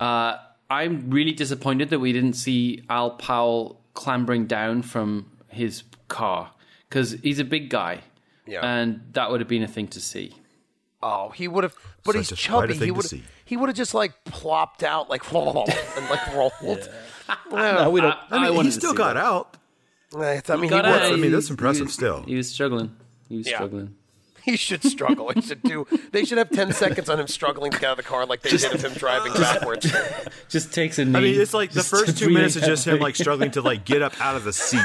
[SPEAKER 2] note. Uh, I'm really disappointed that we didn't see Al Powell clambering down from his car because he's a big guy,
[SPEAKER 3] Yeah.
[SPEAKER 4] uh,
[SPEAKER 2] and that would have been a thing to see.
[SPEAKER 3] oh, he would have, but
[SPEAKER 4] Such
[SPEAKER 3] he's
[SPEAKER 4] a spider
[SPEAKER 3] chubby.
[SPEAKER 4] thing
[SPEAKER 3] He
[SPEAKER 4] to
[SPEAKER 3] would
[SPEAKER 4] see.
[SPEAKER 3] he would have just like plopped out like and like rolled.
[SPEAKER 5] No, we don't.
[SPEAKER 2] I, wanted
[SPEAKER 4] he
[SPEAKER 2] to
[SPEAKER 4] still
[SPEAKER 2] see
[SPEAKER 4] got
[SPEAKER 2] that.
[SPEAKER 4] out.
[SPEAKER 3] I th- I mean, he,
[SPEAKER 2] Got
[SPEAKER 3] would-
[SPEAKER 2] out.
[SPEAKER 4] I mean, that's
[SPEAKER 2] He-
[SPEAKER 4] impressive
[SPEAKER 2] he-
[SPEAKER 4] still.
[SPEAKER 2] He was struggling. He was
[SPEAKER 3] Yeah.
[SPEAKER 2] struggling.
[SPEAKER 3] he should struggle. He should do. They should have ten seconds on him struggling to get out of the car, like they did of him driving backwards.
[SPEAKER 2] Just takes a knee.
[SPEAKER 4] I mean, it's like the
[SPEAKER 2] just
[SPEAKER 4] first
[SPEAKER 2] to
[SPEAKER 4] two
[SPEAKER 2] really
[SPEAKER 4] minutes is just him
[SPEAKER 2] have-
[SPEAKER 4] like struggling to like get up out of the seat.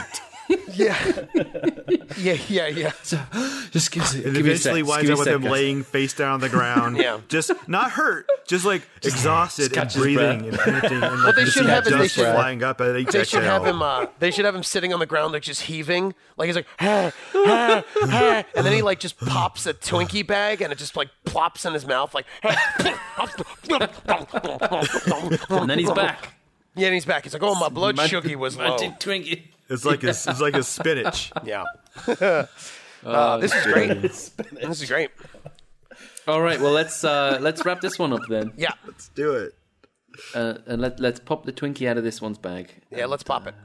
[SPEAKER 3] yeah, yeah, yeah, yeah.
[SPEAKER 2] Just gives it.
[SPEAKER 4] It
[SPEAKER 2] give me a sec,
[SPEAKER 4] eventually
[SPEAKER 2] just
[SPEAKER 4] winds up
[SPEAKER 2] give me a
[SPEAKER 4] with
[SPEAKER 2] sec,
[SPEAKER 4] him
[SPEAKER 2] guys.
[SPEAKER 4] laying face down on the ground.
[SPEAKER 3] Yeah.
[SPEAKER 4] Just not hurt, just like exhausted and
[SPEAKER 2] catch his
[SPEAKER 4] breathing and panting. And
[SPEAKER 3] they should have is they
[SPEAKER 4] dust
[SPEAKER 3] should-
[SPEAKER 4] flying up at each
[SPEAKER 3] They should
[SPEAKER 4] exhale.
[SPEAKER 3] have him. Uh, they should have him sitting on the ground, like just heaving. Like he's like, "Ah, ah, ah," and then he like just pops a Twinkie bag, and it just like plops in his mouth, like.
[SPEAKER 2] And
[SPEAKER 3] and
[SPEAKER 2] then he's back.
[SPEAKER 3] Yeah, and he's back. He's like, "Oh, my blood sugar was low."
[SPEAKER 2] Twinkie.
[SPEAKER 4] It's like his, it's like his spinach.
[SPEAKER 3] Yeah. uh,
[SPEAKER 2] Oh,
[SPEAKER 3] this is great. This is great.
[SPEAKER 2] All right, well let's uh, let's wrap this one up then,
[SPEAKER 3] Yeah.
[SPEAKER 4] Let's do it.
[SPEAKER 2] uh, and let let's pop the Twinkie out of this one's bag.
[SPEAKER 3] Yeah. Let's pop it.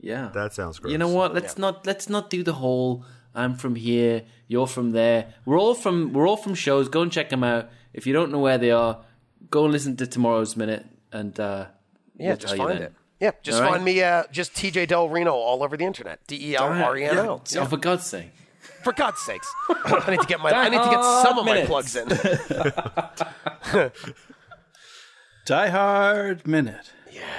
[SPEAKER 2] Yeah,
[SPEAKER 4] That sounds gross.
[SPEAKER 2] You know what? Let's not let's not do the whole I'm from here, you're from there. We're all from we're all from shows. Go and check them out. If you don't know where they are, go and listen to tomorrow's minute, and uh,
[SPEAKER 3] Yeah.
[SPEAKER 2] we'll
[SPEAKER 3] just
[SPEAKER 2] tell you
[SPEAKER 3] find
[SPEAKER 2] then.
[SPEAKER 3] it. Yeah. Just
[SPEAKER 2] All right.
[SPEAKER 3] find me. Uh, just TJ Del Reno all over the internet. D E L R E N O.
[SPEAKER 2] Oh, for God's sake!
[SPEAKER 3] For God's sakes, I need to get my. I need to get some of my
[SPEAKER 2] Minutes.
[SPEAKER 3] plugs in.
[SPEAKER 5] Die Hard Minute.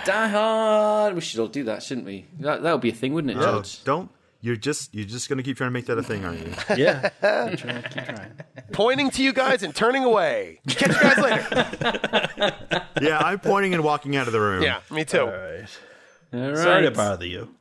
[SPEAKER 2] Die Hard. We should all do that, shouldn't we? That that would be a thing, wouldn't it,
[SPEAKER 4] Oh,
[SPEAKER 2] George?
[SPEAKER 4] don't. You're just you're just gonna keep trying to make that a thing, aren't you?
[SPEAKER 5] Yeah. Keep trying, keep trying.
[SPEAKER 3] Pointing to you guys and turning away. Catch you guys later.
[SPEAKER 4] yeah, I'm pointing and walking out of the room.
[SPEAKER 3] Yeah, me too.
[SPEAKER 5] All right.
[SPEAKER 2] All right.
[SPEAKER 5] Sorry to bother you.